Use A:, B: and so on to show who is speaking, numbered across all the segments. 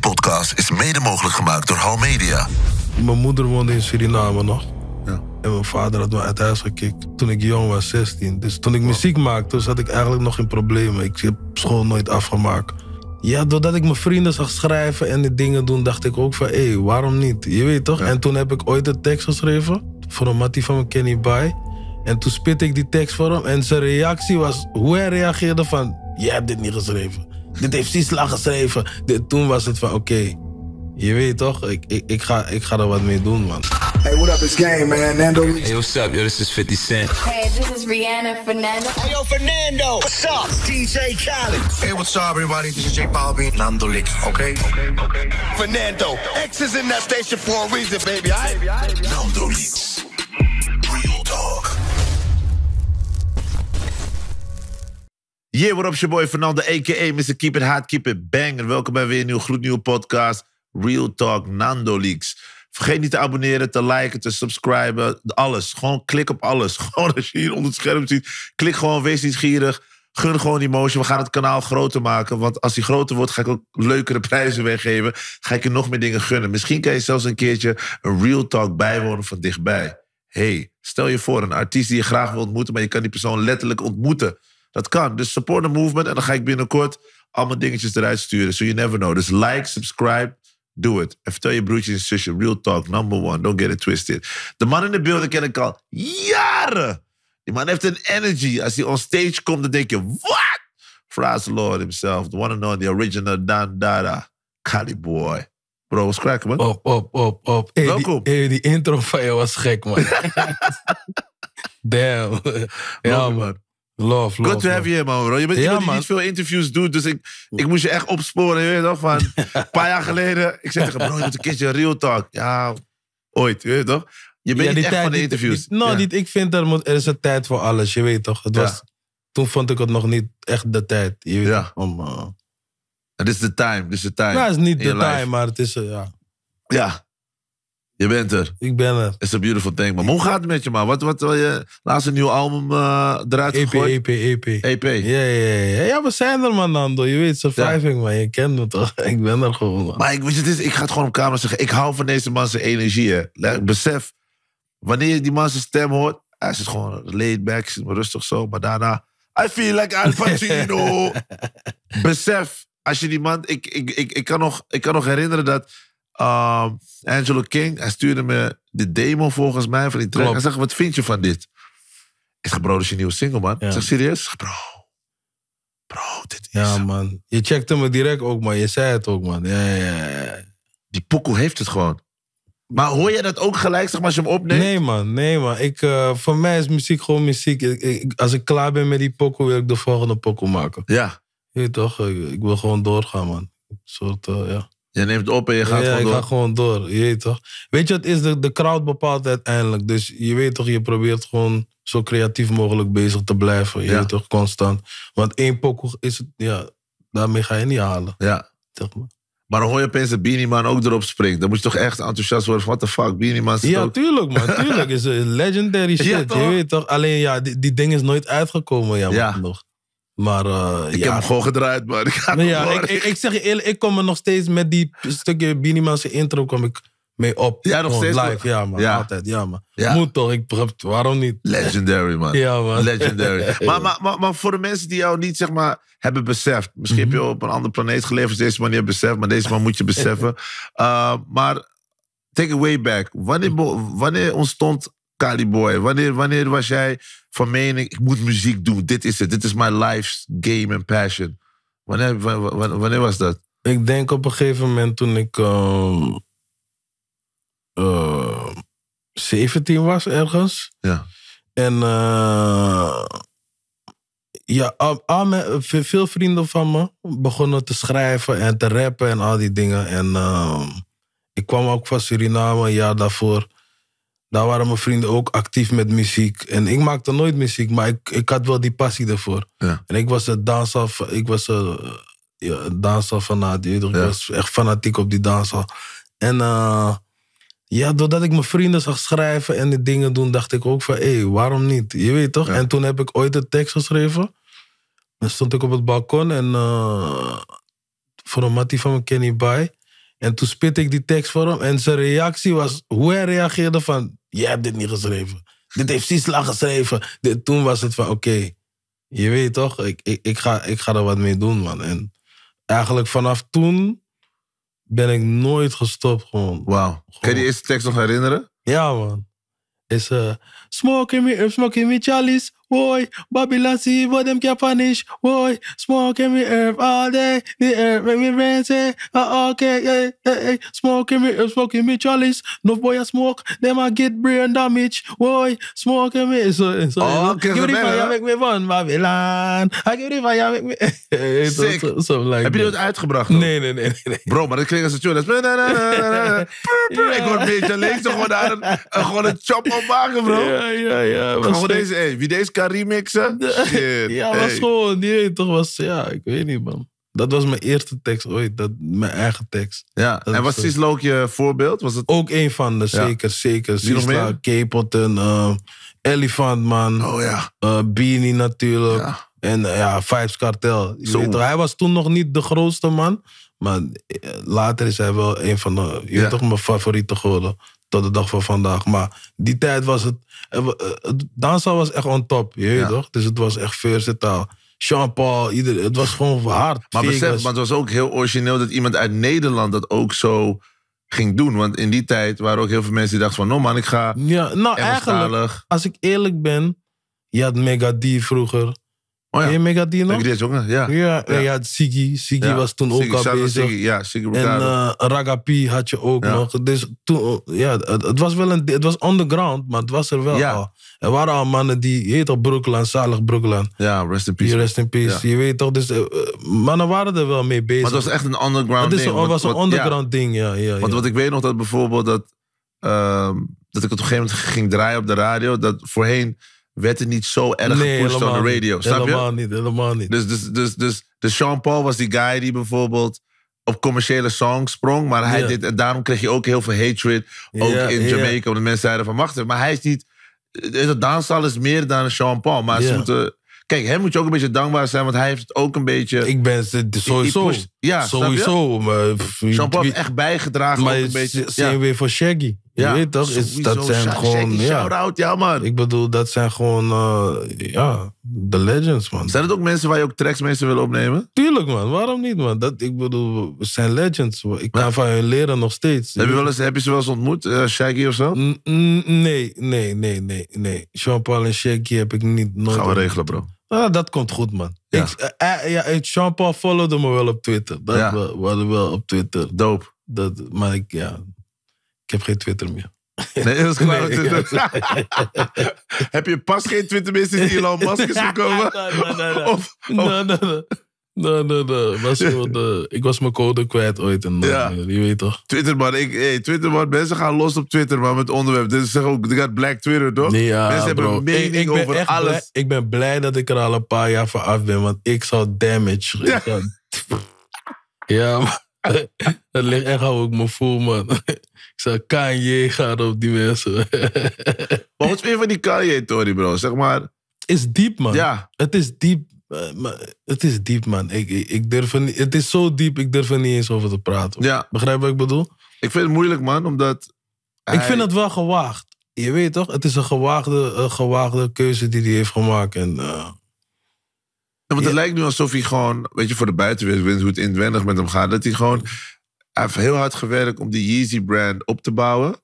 A: podcast is mede mogelijk gemaakt door How Media.
B: Mijn moeder woonde in Suriname nog.
A: Ja.
B: En mijn vader had me uit huis gekikt toen ik jong was, 16. Dus toen ik muziek maakte, zat ik eigenlijk nog in problemen. Ik heb school nooit afgemaakt. Ja, doordat ik mijn vrienden zag schrijven en die dingen doen, dacht ik ook van, hé, waarom niet? Je weet toch? En toen heb ik ooit een tekst geschreven voor een mattie van me, Kenny Bai. En toen spit ik die tekst voor hem en zijn reactie was, hoe hij reageerde van, jij hebt dit niet geschreven. Dit heeft Sisla geschreven. Dit, toen was het van, oké, je weet toch, ik, ik, ik, ga, ik ga er wat mee doen, man.
C: Hey, what up? It's game, man. Nando.
D: Hey, what's up? Yo, this is 50 Cent.
E: Hey, this is Rihanna Fernando.
F: Hey, yo, Fernando. What's up? It's DJ Khaled.
G: Hey, what's up, everybody? This is J Balvin. Nando Licks, okay? Okay, okay.
F: Fernando. X is in that station for a reason, baby. I
G: Nando Licks. Real talk.
H: Yeah, what up, your boy Fernando, a.k.a. Mr. Keep It Hard, Keep It Bang. En welkom bij weer een nieuwe, gloednieuwe podcast, Real Talk Nando Leaks. Vergeet niet te abonneren, te liken, te subscriben, alles. Gewoon klik op alles. Gewoon als je hier onder het scherm ziet, klik gewoon, wees nieuwsgierig. Gun gewoon die motion. We gaan het kanaal groter maken. Want als die groter wordt, ga ik ook leukere prijzen weggeven. Ga ik je nog meer dingen gunnen. Misschien kan je zelfs een keertje een Real Talk bijwonen van dichtbij. hey, stel je voor, een artiest die je graag wil ontmoeten, maar je kan die persoon letterlijk ontmoeten. Dat kan. Dus support the movement. En dan ga ik binnenkort allemaal dingetjes eruit sturen. So you never know. Dus like, subscribe, do it. En vertel je broertjes en zusje. Real talk, number one. Don't get it twisted. De man in de beelden ken ik al jaren. Die man heeft een energy. Als hij on stage komt, dan denk je, what? Fraas Lord himself. The one and only, the original Dan Dada. Cali boy. Bro, was cracken, man?
B: Op, op, op, op. Hey,
H: Welkom.
B: Die, hey, die intro van je was gek, man. Damn. Ja,
H: Welkom,
B: man. Love, love.
H: Good to
B: love.
H: have you here, man, bro. Je bent
B: Ja,
H: iemand die
B: man.
H: niet veel interviews doet, dus ik, ik moest je echt opsporen. Je weet toch, van een paar jaar geleden. Ik zeg tegen hem, bro, je moet een keertje real talk. Ja, ooit, je weet toch? Je bent niet
B: Ja, die
H: echt
B: tijd-
H: van de
B: die-
H: interviews.
B: die- nou,
H: Ja.
B: die- ik vind er, moet- er is een tijd voor alles, je weet toch? Het
H: Ja.
B: was, toen vond ik het nog niet echt de tijd. Je weet
H: Ja.
B: toch, om, eh, nou,
H: Het is de time, dit is de time.
B: het is niet
H: in
B: de
H: je life.
B: tijd, maar het Nou, is, eh, ja.
H: Ja, je bent er.
B: Ik ben er.
H: It's a beautiful thing, man. Maar hoe gaat het met je, man? Wat, wat wil je laatste nieuw album eh, eruit
B: EP,
H: gegooid? E
B: EP, EP.
H: EP.
B: E Ja, ja, ja. Ja, we zijn er, man, Nando. Je weet, surviving, man. Je kent me toch? Ik ben er gewoon, man.
H: Maar ik, weet je, het is, ik ga het gewoon op camera zeggen. Ik hou van deze man zijn energie. Hè. Le- Besef, wanneer je die man zijn stem hoort... Hij zit gewoon laid back, zit maar rustig zo. Maar daarna... I feel like Al Pacino. Besef, als je die man... Ik, ik, ik, ik, kan, nog, ik kan nog herinneren dat ehm, Angelo King... Hij stuurde me de demo volgens mij van die track.
B: Klopt.
H: Hij zegt, wat vind je van dit? Ik zeg, bro, dit is je nieuwe single, man.
B: Ja.
H: Ik zeg, serieus? Ik zeg, bro, bro, dit is...
B: Ja, man. Je checkte me direct ook, man. Je zei het ook, man. Ja, ja, ja.
H: Die pokoe heeft het gewoon. Maar hoor je dat ook gelijk, zeg maar, als je hem opneemt?
B: Nee, man, nee man. Ik, eh, voor mij is muziek gewoon muziek. Ik- ik- als ik klaar ben met die pokoe, wil ik de volgende pokoe maken.
H: Ja,
B: Je weet toch, ik, ik wil gewoon doorgaan, man. Een soort, eh, ja.
H: je neemt het op en je gaat
B: ja,
H: gewoon
B: ik
H: door.
B: ga gewoon door, je weet toch. Weet je, het is de, de crowd bepaalt uiteindelijk. Dus je weet toch, je probeert gewoon zo creatief mogelijk bezig te blijven. Je
H: Ja.
B: weet toch, constant. Want één pokoe is het, ja, daarmee ga je niet halen.
H: Ja.
B: Zeg maar.
H: Maar dan hoor je opeens dat Beanie Man ook erop springt. Dan moet je toch echt enthousiast worden van, what the fuck, Beanie Man zit
B: Ja,
H: ook...
B: tuurlijk man, tuurlijk. is een legendary shit,
H: toch?
B: je weet toch. Alleen ja, die, die ding is nooit uitgekomen, jammer
H: Ja.
B: genoeg. Maar eh,
H: Ik heb
B: ja,
H: hem gewoon gedraaid, man. Ik ga
B: Nee,
H: hem
B: ja,
H: gewoon-
B: ik, ik, ik zeg je eerlijk, ik kom er nog steeds met die stukje Binimanse intro kom ik mee op.
H: Ja, nog
B: Gewoon
H: steeds?
B: Live, ja man,
H: Ja.
B: altijd, ja man.
H: Ja.
B: Moet toch, ik, waarom niet?
H: Legendary, man.
B: Ja man.
H: Legendary. maar, maar, maar, maar voor de mensen die jou niet, zeg maar, hebben beseft. Misschien heb je op een andere planeet geleefd als deze man niet heeft beseft. Maar deze man moet je beseffen. Uh, maar take it way back. Wanneer, bo- wanneer ontstond Cali Boy? Wanneer, wanneer was jij van mening, ik moet muziek doen. Dit is het. Dit is mijn life's game and passion. Wanneer, wa- wa- wa- wanneer was dat?
B: Ik denk op een gegeven moment toen ik ehm, eh, 17 was ergens.
H: Ja.
B: En eh, ja, al, al mijn- ve- veel vrienden van me begonnen te schrijven en te rappen en al die dingen. En ehm, ik kwam ook van Suriname een jaar daarvoor. Daar waren mijn vrienden ook actief met muziek. En ik maakte nooit muziek, maar ik, ik had wel die passie ervoor.
H: Ja.
B: En ik was een danser, ik was een, ja, een danser fanaat. je weet toch? Ik
H: Ja.
B: was echt fanatiek op die danser. En eh, ja, doordat ik mijn vrienden zag schrijven en die dingen doen, dacht ik ook van, hé, waarom niet? Je weet toch?
H: Ja.
B: En toen heb ik ooit een tekst geschreven. Dan stond ik op het balkon en eh, voor een mattie van me, Kenny Bai. En toen spit ik die tekst voor hem. En zijn reactie was, hoe hij reageerde van... Jij hebt dit niet geschreven. Dit heeft Sisla geschreven. Dit, toen was het van, oké. je weet toch, ik, ik, ik, ga, ik ga er wat mee doen, man. En eigenlijk vanaf toen ben ik nooit gestopt gewoon.
H: Wauw. Kan je die eerste tekst nog herinneren?
B: Ja, man. Is eh smoking me, herb, smoking me chalice. Woi, Babylon see what them Japanese. Woi, smoking me herb all day. The herb make me rain say, ah, okay, yeah, yeah, yeah. Smoking me herb, smoking me chalice. No boy I smoke, them I get brain damage. Woi, smoking me. So, so,
H: Oh,
B: so,
H: okay,
B: give
H: so
B: the
H: better,
B: fire,
H: huh?
B: make me run, Babylon. I give the fire, make me... Eh, so-
H: Sick.
B: so- Something like
H: Heb je die ooit
B: that.
H: uitgebracht? ook?
B: Nee, nee, nee, nee, nee.
H: Bro, maar dat klinkt als een tune. Dat is-
B: Ja.
H: Ik hoor een beetje links gewoon daar een, een- gewoon een chop op maken, bro.
B: Ja, ja, ja. maar
H: Gewoon
B: sick.
H: deze, hey, wie deze kan remixen? Shit.
B: Ja,
H: hey.
B: was gewoon, die weet toch was, ja, ik weet niet man. Dat was mijn eerste tekst ooit, dat, mijn eigen tekst.
H: Ja.
B: Dat
H: En
B: is
H: was
B: zo.
H: Sislo ook je voorbeeld? Was het...
B: Ook een van de,
H: Ja.
B: zeker, zeker.
H: Wie nog
B: Sisla, Capleton, eh Elephant Man,
H: Oh ja.
B: eh, Beanie natuurlijk.
H: Ja.
B: En eh, ja, Vibes Cartel. Je
H: Zo.
B: weet toch, hij was toen nog niet de grootste man. Maar eh, later is hij wel een van de, je
H: Ja.
B: weet toch, mijn favorieten geworden. Tot de dag van vandaag. Maar die tijd was het, eh, we- eh, het dansen was echt on top, je weet
H: Ja.
B: toch? Dus het was echt versatile. Sean Paul, ieder, het was gewoon hard.
H: Maar besef,
B: Vegas.
H: maar het was ook heel origineel dat iemand uit Nederland dat ook zo ging doen. Want in die tijd waren ook heel veel mensen die dachten van... No man, ik ga
B: ja, nou eigenlijk,
H: Engelstalig.
B: als ik eerlijk ben, je had Mega D vroeger.
H: Oh
B: Ken je
H: ja,
B: Mega D nog?
H: ik deed ook nog. Ja.
B: Ja,
H: Ja.
B: en je had Siggy. Siggy
H: Ja.
B: was toen
H: Ziggy,
B: ook al
H: shout out
B: bezig.
H: Ziggy, Ja, Ziggy
B: En
H: Riccardo.
B: eh Ragapi had je ook
H: Ja.
B: nog. Dus toen, ja, het, het was wel een, het was underground, maar het was er wel
H: Ja.
B: al. Er waren al mannen die, je weet toch, Brooklyn, zalig Brooklyn.
H: ja, rest in peace.
B: eh, Die rest in peace, je weet toch. Dus eh, eh, mannen waren er wel mee bezig.
H: Maar het was echt een underground
B: Het is
H: ding.
B: een-
H: want-
B: was een
H: want- ja,
B: underground ding, ja. ja,
H: Want
B: ja.
H: wat ik weet nog dat bijvoorbeeld dat, ehm, dat ik het op een gegeven moment ging draaien op de radio. Dat voorheen werd het niet zo erg gepusht op
B: helemaal
H: de
B: niet.
H: radio. Snap je?
B: helemaal niet, helemaal niet.
H: Dus, dus, dus, dus, dus Sean Paul was die guy die bijvoorbeeld op commerciële songs sprong. Maar hij
B: Ja.
H: deed, en daarom kreeg je ook heel veel hatred. Ook
B: Ja,
H: in
B: ja.
H: Jamaica. Omdat mensen zeiden van, wacht even, maar hij is niet... eh, De dansal is meer dan Sean Paul. Maar ze
B: Ja.
H: moeten... Kijk, hem moet je ook een beetje dankbaar zijn. Want hij heeft het ook een beetje...
B: ik ben ze- sowieso.
H: eh, pusht- ja, snap je?
B: sowieso. Maar, pff,
H: Sean Paul
B: wie-
H: heeft echt bijgedragen.
B: maar
H: ook
B: het
H: een
B: is-
H: beetje,
B: zijn weer voor Shaggy. Je weet toch? Is, dat zijn gewoon. ja.
H: Shout-out, ja man.
B: Ik bedoel, dat zijn gewoon, eh, ja, de legends, man.
H: Zijn het ook mensen waar je ook tracks mee zou willen opnemen?
B: Tuurlijk, man. Waarom niet, man? Dat, ik bedoel, we zijn legends. Ik kan van hun leren nog steeds.
H: Heb je, wel eens, heb je ze wel eens ontmoet? eh, Shaggy of zo?
B: N- n- Nee, nee, nee, nee, nee. Jean-Paul en Shaggy heb ik niet nooit...
H: Gaan we regelen, bro.
B: Ah, dat komt goed, man.
H: Ja.
B: Ik- eh, eh, ja, eh, Jean-Paul followde me wel op Twitter. Dat
H: Ja.
B: we, we hadden wel op Twitter.
H: Dope.
B: Dat, maar ik, ja, ik heb geen Twitter meer.
H: Nee, dat is klaar.
B: Nee,
H: met Twitter. Heb je pas geen Twitter meer sinds Elon Musk is gekomen?
B: Nee, nee, nee, nee.
H: Of,
B: Nee, nee, nee. Nee, nee, nee. Was gewoon, eh, ik was mijn code kwijt ooit. En, eh,
H: Ja.
B: Je weet toch?
H: Twitter, man. Ik, hey, Twitter, man. Mensen gaan los op Twitter, man. Met onderwerp. Dit is zeg ook, dit gaat Black Twitter, toch?
B: Nee, ja,
H: Mensen hebben
B: bro.
H: een mening
B: ik, ik ben
H: over
B: echt
H: alles.
B: Blij, ik ben blij dat ik er al een paar jaar van af ben, want ik zou damage. ik
H: Ja.
B: zou- ja, maar dat ligt echt al ook mijn voel, man. Ik zou Kanye gaan op die mensen.
H: Maar wat vind je van die Kanye, Tory, bro? Zeg maar.
B: is diep, man.
H: Ja.
B: Het is diep. eh, maar Het is diep, man. Ik, ik, ik durf er niet, het is zo diep, ik durf er niet eens over te praten.
H: ja.
B: Begrijp wat ik bedoel?
H: Ik vind het moeilijk, man. Omdat.
B: Ik
H: hij-
B: vind het wel gewaagd. Je weet toch? Het is een gewaagde, eh, gewaagde keuze die hij heeft gemaakt. En, eh,
H: Ja, want het
B: Ja.
H: lijkt nu alsof hij gewoon, weet je, voor de buitenwereld, ik weet niet hoe het inwendig met hem gaat, dat hij gewoon, hij heeft heel hard gewerkt om die Yeezy-brand op te bouwen.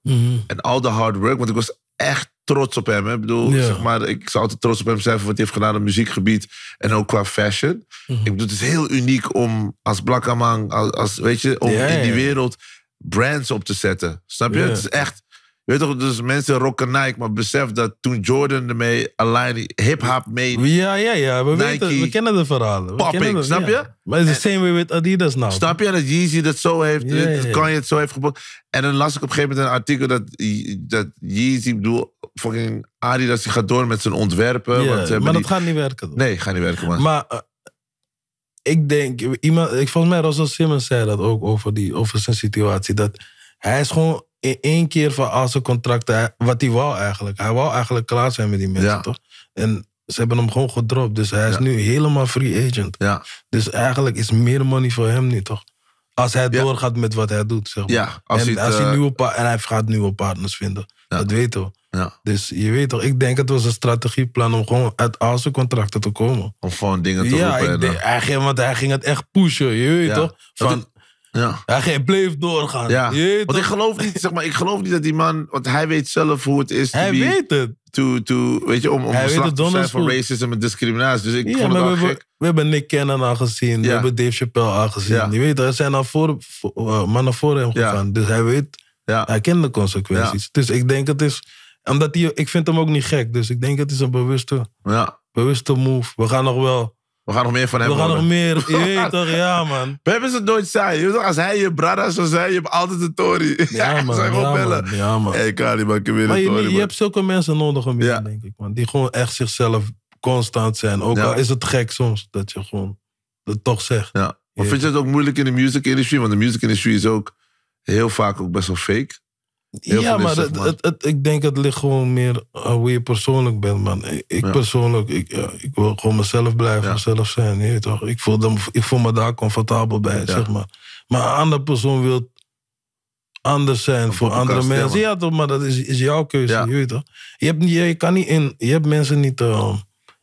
H: En al de hard work, want ik was echt trots op hem. hè. Ik bedoel,
B: Ja.
H: zeg maar, ik zou altijd trots op hem zijn voor wat hij heeft gedaan op het muziekgebied en ook qua fashion.
B: Mhm.
H: Ik bedoel, het is heel uniek om als Blakkaman, als, als, weet je, om
B: Ja,
H: in die
B: ja.
H: wereld brands op te zetten. Snap je?
B: Ja.
H: Het is echt... Je weet toch, dus mensen rocken Nike, maar besef dat toen Jordan ermee alleen hip-hop mee
B: Ja, ja, ja. We,
H: Nike,
B: weten, we kennen de verhalen. We
H: popping,
B: kennen de-
H: snap
B: ja.
H: je?
B: Maar het is the same way with Adidas nou.
H: Snap je dat Yeezy dat zo heeft,
B: Ja, ja,
H: dat
B: ja.
H: Kanye het zo heeft gebouwd? En dan las ik op een gegeven moment een artikel dat, Ye- dat Yeezy, ik bedoel, fucking Adidas, die gaat door met zijn ontwerpen.
B: Ja,
H: want ze hebben
B: maar dat
H: die-
B: gaat niet werken.
H: Nee, gaat niet werken, man.
B: Maar eh, ik denk, iemand, ik, volgens mij Russell Simmons zei dat ook over, die, over zijn situatie. Dat hij is gewoon in één keer van al zijn contracten, hij- wat hij wou eigenlijk. Hij wou eigenlijk klaar zijn met die mensen,
H: Ja.
B: toch? En ze hebben hem gewoon gedropt. Dus hij is
H: Ja.
B: nu helemaal free agent.
H: ja.
B: Dus eigenlijk is meer money voor hem nu, toch? Als hij
H: Ja.
B: doorgaat met wat hij doet, zeg maar.
H: Ja, als
B: en
H: hij het,
B: als
H: eh,
B: hij nieuwe pa- en hij gaat nieuwe partners vinden.
H: Ja.
B: Dat weten we.
H: Ja,
B: Dus je weet toch, ik denk het was een strategieplan om gewoon uit al zijn contracten te komen.
H: om gewoon dingen te
B: Ja,
H: roepen. en eh,
B: ik
H: dan-
B: denk, hij ging, want hij ging het echt pushen, je weet
H: Ja.
B: toch?
H: Dat
B: Van,
H: ja.
B: hij ging, bleef doorgaan.
H: Ja,
B: Je weet
H: want ik
B: toch?
H: geloof, niet, zeg maar, ik geloof niet dat die man, want hij weet zelf hoe het is. to
B: Hij
H: be-
B: weet het.
H: to, to, weet je, om, om
B: Hij
H: een
B: weet
H: slachtoffer te zijn
B: het donders
H: van
B: goed.
H: racisme en discriminatie. Dus ik
B: Ja,
H: vond
B: maar
H: het
B: we
H: wel
B: hebben,
H: gek.
B: we hebben Nick Cannon al gezien.
H: Ja.
B: We hebben Dave Chappelle al gezien.
H: Ja.
B: Je weet, er zijn al voor, voor- eh, mannen voor hem
H: Ja.
B: gegaan. Dus hij weet,
H: Ja,
B: hij kent de consequenties. Dus ik denk het is, omdat hij, ik vind hem ook niet gek. Dus ik denk het is een bewuste,
H: ja,
B: bewuste move. We gaan nog wel,
H: we gaan nog meer van hem
B: we gaan nog
H: horen.
B: meer. Je weet toch, ja man.
H: We hebben ze nooit saai. Je weet toch, Als hij je brada zou zijn, je hebt altijd een tory.
B: Ja man,
H: zou je gewoon
B: ja,
H: bellen.
B: man. Ja, man.
H: hey, Kali, man, ik heb weer
B: Maar
H: een
B: je,
H: tory,
B: je
H: man.
B: hebt zulke mensen nodig om je
H: Ja.
B: denk ik man. Die gewoon echt zichzelf constant zijn. Ook
H: Ja.
B: al is het gek soms, dat je gewoon dat toch zegt.
H: Ja. Maar vind je het ook moeilijk in de music industry? Want de music industry is ook heel vaak ook best wel fake. Heel
B: ja,
H: veel is,
B: maar
H: zeg
B: het,
H: maar.
B: het, het- ik denk het ligt gewoon meer aan hoe je persoonlijk bent, man. Ik, ik
H: Ja.
B: persoonlijk, ik, ja, ik wil gewoon mezelf blijven,
H: Ja.
B: mezelf zijn. Je weet toch? Ik, voel dan, ik voel me daar comfortabel bij, zeg maar. Maar een andere persoon wil anders zijn voor
H: elkaar
B: andere
H: stemmen.
B: mensen. Ja, toch, maar dat is, is jouw keuze,
H: Ja.
B: je weet toch? Je, hebt, niet- je, kan niet in, je hebt mensen niet ehm,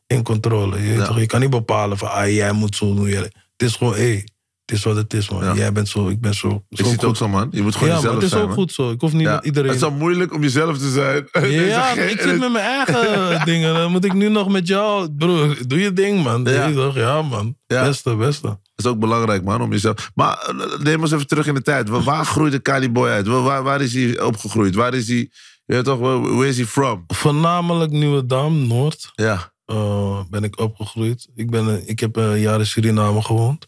B: in controle, je weet
H: Ja.
B: toch? Je kan niet bepalen van, ah, jij moet zo doen. jij- Het is gewoon, hé, het is wat het is, man.
H: Ja.
B: Jij bent zo, ik ben zo.
H: Ik
B: zo
H: zie het
B: goed.
H: ook zo, man. Je moet gewoon
B: Ja, maar
H: jezelf
B: het is
H: zijn,
B: ook
H: man.
B: goed zo. Ik hoef niet
H: Ja.
B: dat iedereen...
H: Het is al moeilijk om jezelf te zijn. Deze
B: Ja,
H: gek-
B: ik zit met mijn eigen dingen. Dan moet ik nu nog met jou. Broer, doe je ding, man.
H: Ja.
B: Ja, toch? ja man.
H: Ja.
B: Beste, beste.
H: Dat is ook belangrijk, man, om jezelf. Maar eh, neem ons even terug in de tijd. Waar, waar groeide Kali Boy uit? Waar, waar, waar is hij opgegroeid? Waar is hij. Je weet toch, where, where is hij from?
B: Voornamelijk Nieuwe-Dam, Noord,
H: Ja.
B: eh, ben ik opgegroeid. Ik, ben, eh, ik heb een jaar in Suriname gewoond.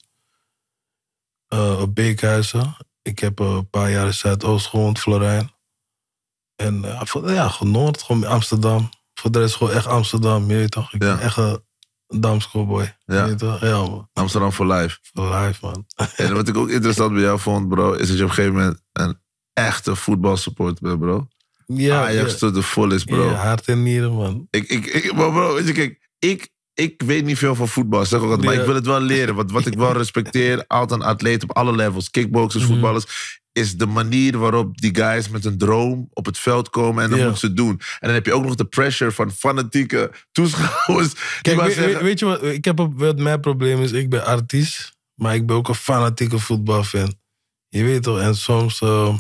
B: Eh, op Beekhuizen. Ik heb eh, een paar jaar in Zuidoost gewoond, Florijn. En eh, voor- ja, gewoon Noord, gewoon Amsterdam. Voor de rest gewoon echt Amsterdam, je weet toch? Ik
H: Ja.
B: ben echt een Dams cowboy.
H: Ja.
B: Je weet toch? Ja, man.
H: Amsterdam for life.
B: Live, man.
H: En wat ik ook interessant bij jou vond, bro, is dat je op een gegeven moment een echte voetbalsupporter bent, bro.
B: Ja,
H: Ajax
B: ja.
H: to the fullest, bro.
B: Ja, hart en nieren, man.
H: Ik, ik, ik, maar bro, weet je, kijk, ik, ik weet niet veel van voetbal, zeg ik ook altijd, maar
B: Ja.
H: ik wil het wel leren. Want wat ik wel respecteer, altijd een atleet op alle levels, kickboxers,
B: Mhm.
H: voetballers, is de manier waarop die guys met een droom op het veld komen en dan
B: Ja.
H: moeten ze het doen. En dan heb je ook nog de pressure van fanatieke toeschouwers. die
B: Kijk,
H: maar
B: weet,
H: zeggen,
B: weet- weet je wat, ik heb, een- wat mijn probleem is? Ik ben artiest, maar ik ben ook een fanatieke voetbalfan. Je weet toch, en soms ehm,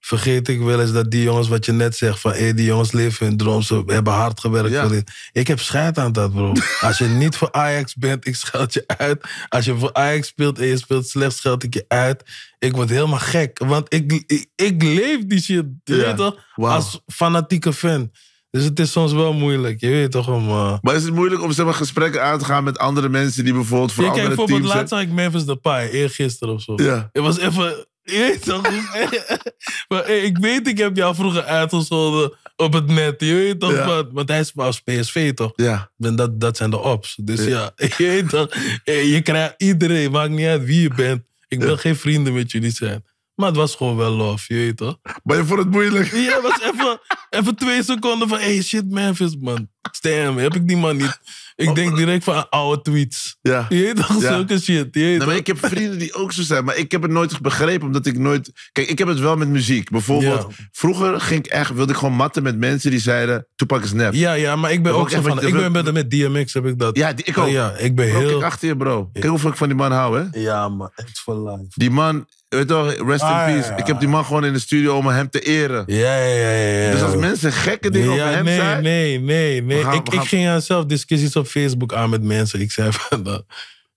B: vergeet ik wel eens dat die jongens, wat je net zegt, van hey, die jongens leven hun droom, ze hebben hard gewerkt
H: Ja.
B: voor dit. Ik heb scheid aan dat, bro. Als je niet voor Ajax bent, ik scheld je uit. Als je voor Ajax speelt en je speelt slecht, scheld ik je uit. Ik word helemaal gek, want ik, ik, ik leef die shit, je
H: Ja.
B: weet toch?
H: Wauw.
B: Als fanatieke fan. Dus het is soms wel moeilijk, je weet toch, om... eh,
H: Maar is het moeilijk om zeg maar, gesprekken aan te gaan met andere mensen die bijvoorbeeld voor
B: ja, kijk,
H: andere
B: bijvoorbeeld
H: teams zijn?
B: laatst zag ik Memphis Depay, eergisteren of zo.
H: Ja.
B: Het was even... Je weet toch? maar hey, ik weet, ik heb jou vroeger uitgescholden op het net. Je weet toch?
H: Ja.
B: wat? Want hij is als PSV toch?
H: Ja,
B: En dat, dat zijn de ops. Dus ja, je weet toch? Hey, je krijgt iedereen, maakt niet uit wie je bent. Ik wil geen vrienden met jullie zijn. Maar het was gewoon wel love, je weet toch?
H: maar je vond het moeilijk.
B: Ja, het was even, even twee seconden van... Hey, shit, Memphis, man. Stem, heb ik die man niet. Ik denk direct van oude tweets.
H: Ja.
B: Je weet toch,
H: Ja.
B: zulke shit. Je weet
H: Nou, maar
B: toch?
H: ik heb vrienden die ook zo zijn, maar ik heb het nooit begrepen, omdat ik nooit. Kijk, ik heb het wel met muziek. Bijvoorbeeld, vroeger ging ik echt, wilde ik gewoon matten met mensen die zeiden: Toepak is nep. Ja,
B: Ja, ja, maar ik ben
H: Maar
B: ook
H: ook
B: zo
H: echt
B: van...
H: met-
B: Ik ben met, met DMX heb ik dat.
H: die, ik ook.
B: Ja, ik ben
H: Bro, kijk
B: heel...
H: achter je, bro. Kijk hoeveel ik van die man hou, hè?
B: Ja, man, echt for life.
H: Die man, weet je wel, rest in
B: Ah, ja,
H: peace.
B: ja.
H: Ik heb die man gewoon in de studio om hem te eren.
B: Ja, ja, ja, ja. ja.
H: Dus als mensen gekke dingen
B: ja,
H: over hem
B: nee,
H: zeiden.
B: nee, nee, nee.
H: We gaan-
B: ik,
H: we gaan-
B: ik ging aan zelf discussies op Facebook aan met mensen. Ik zei van, nou,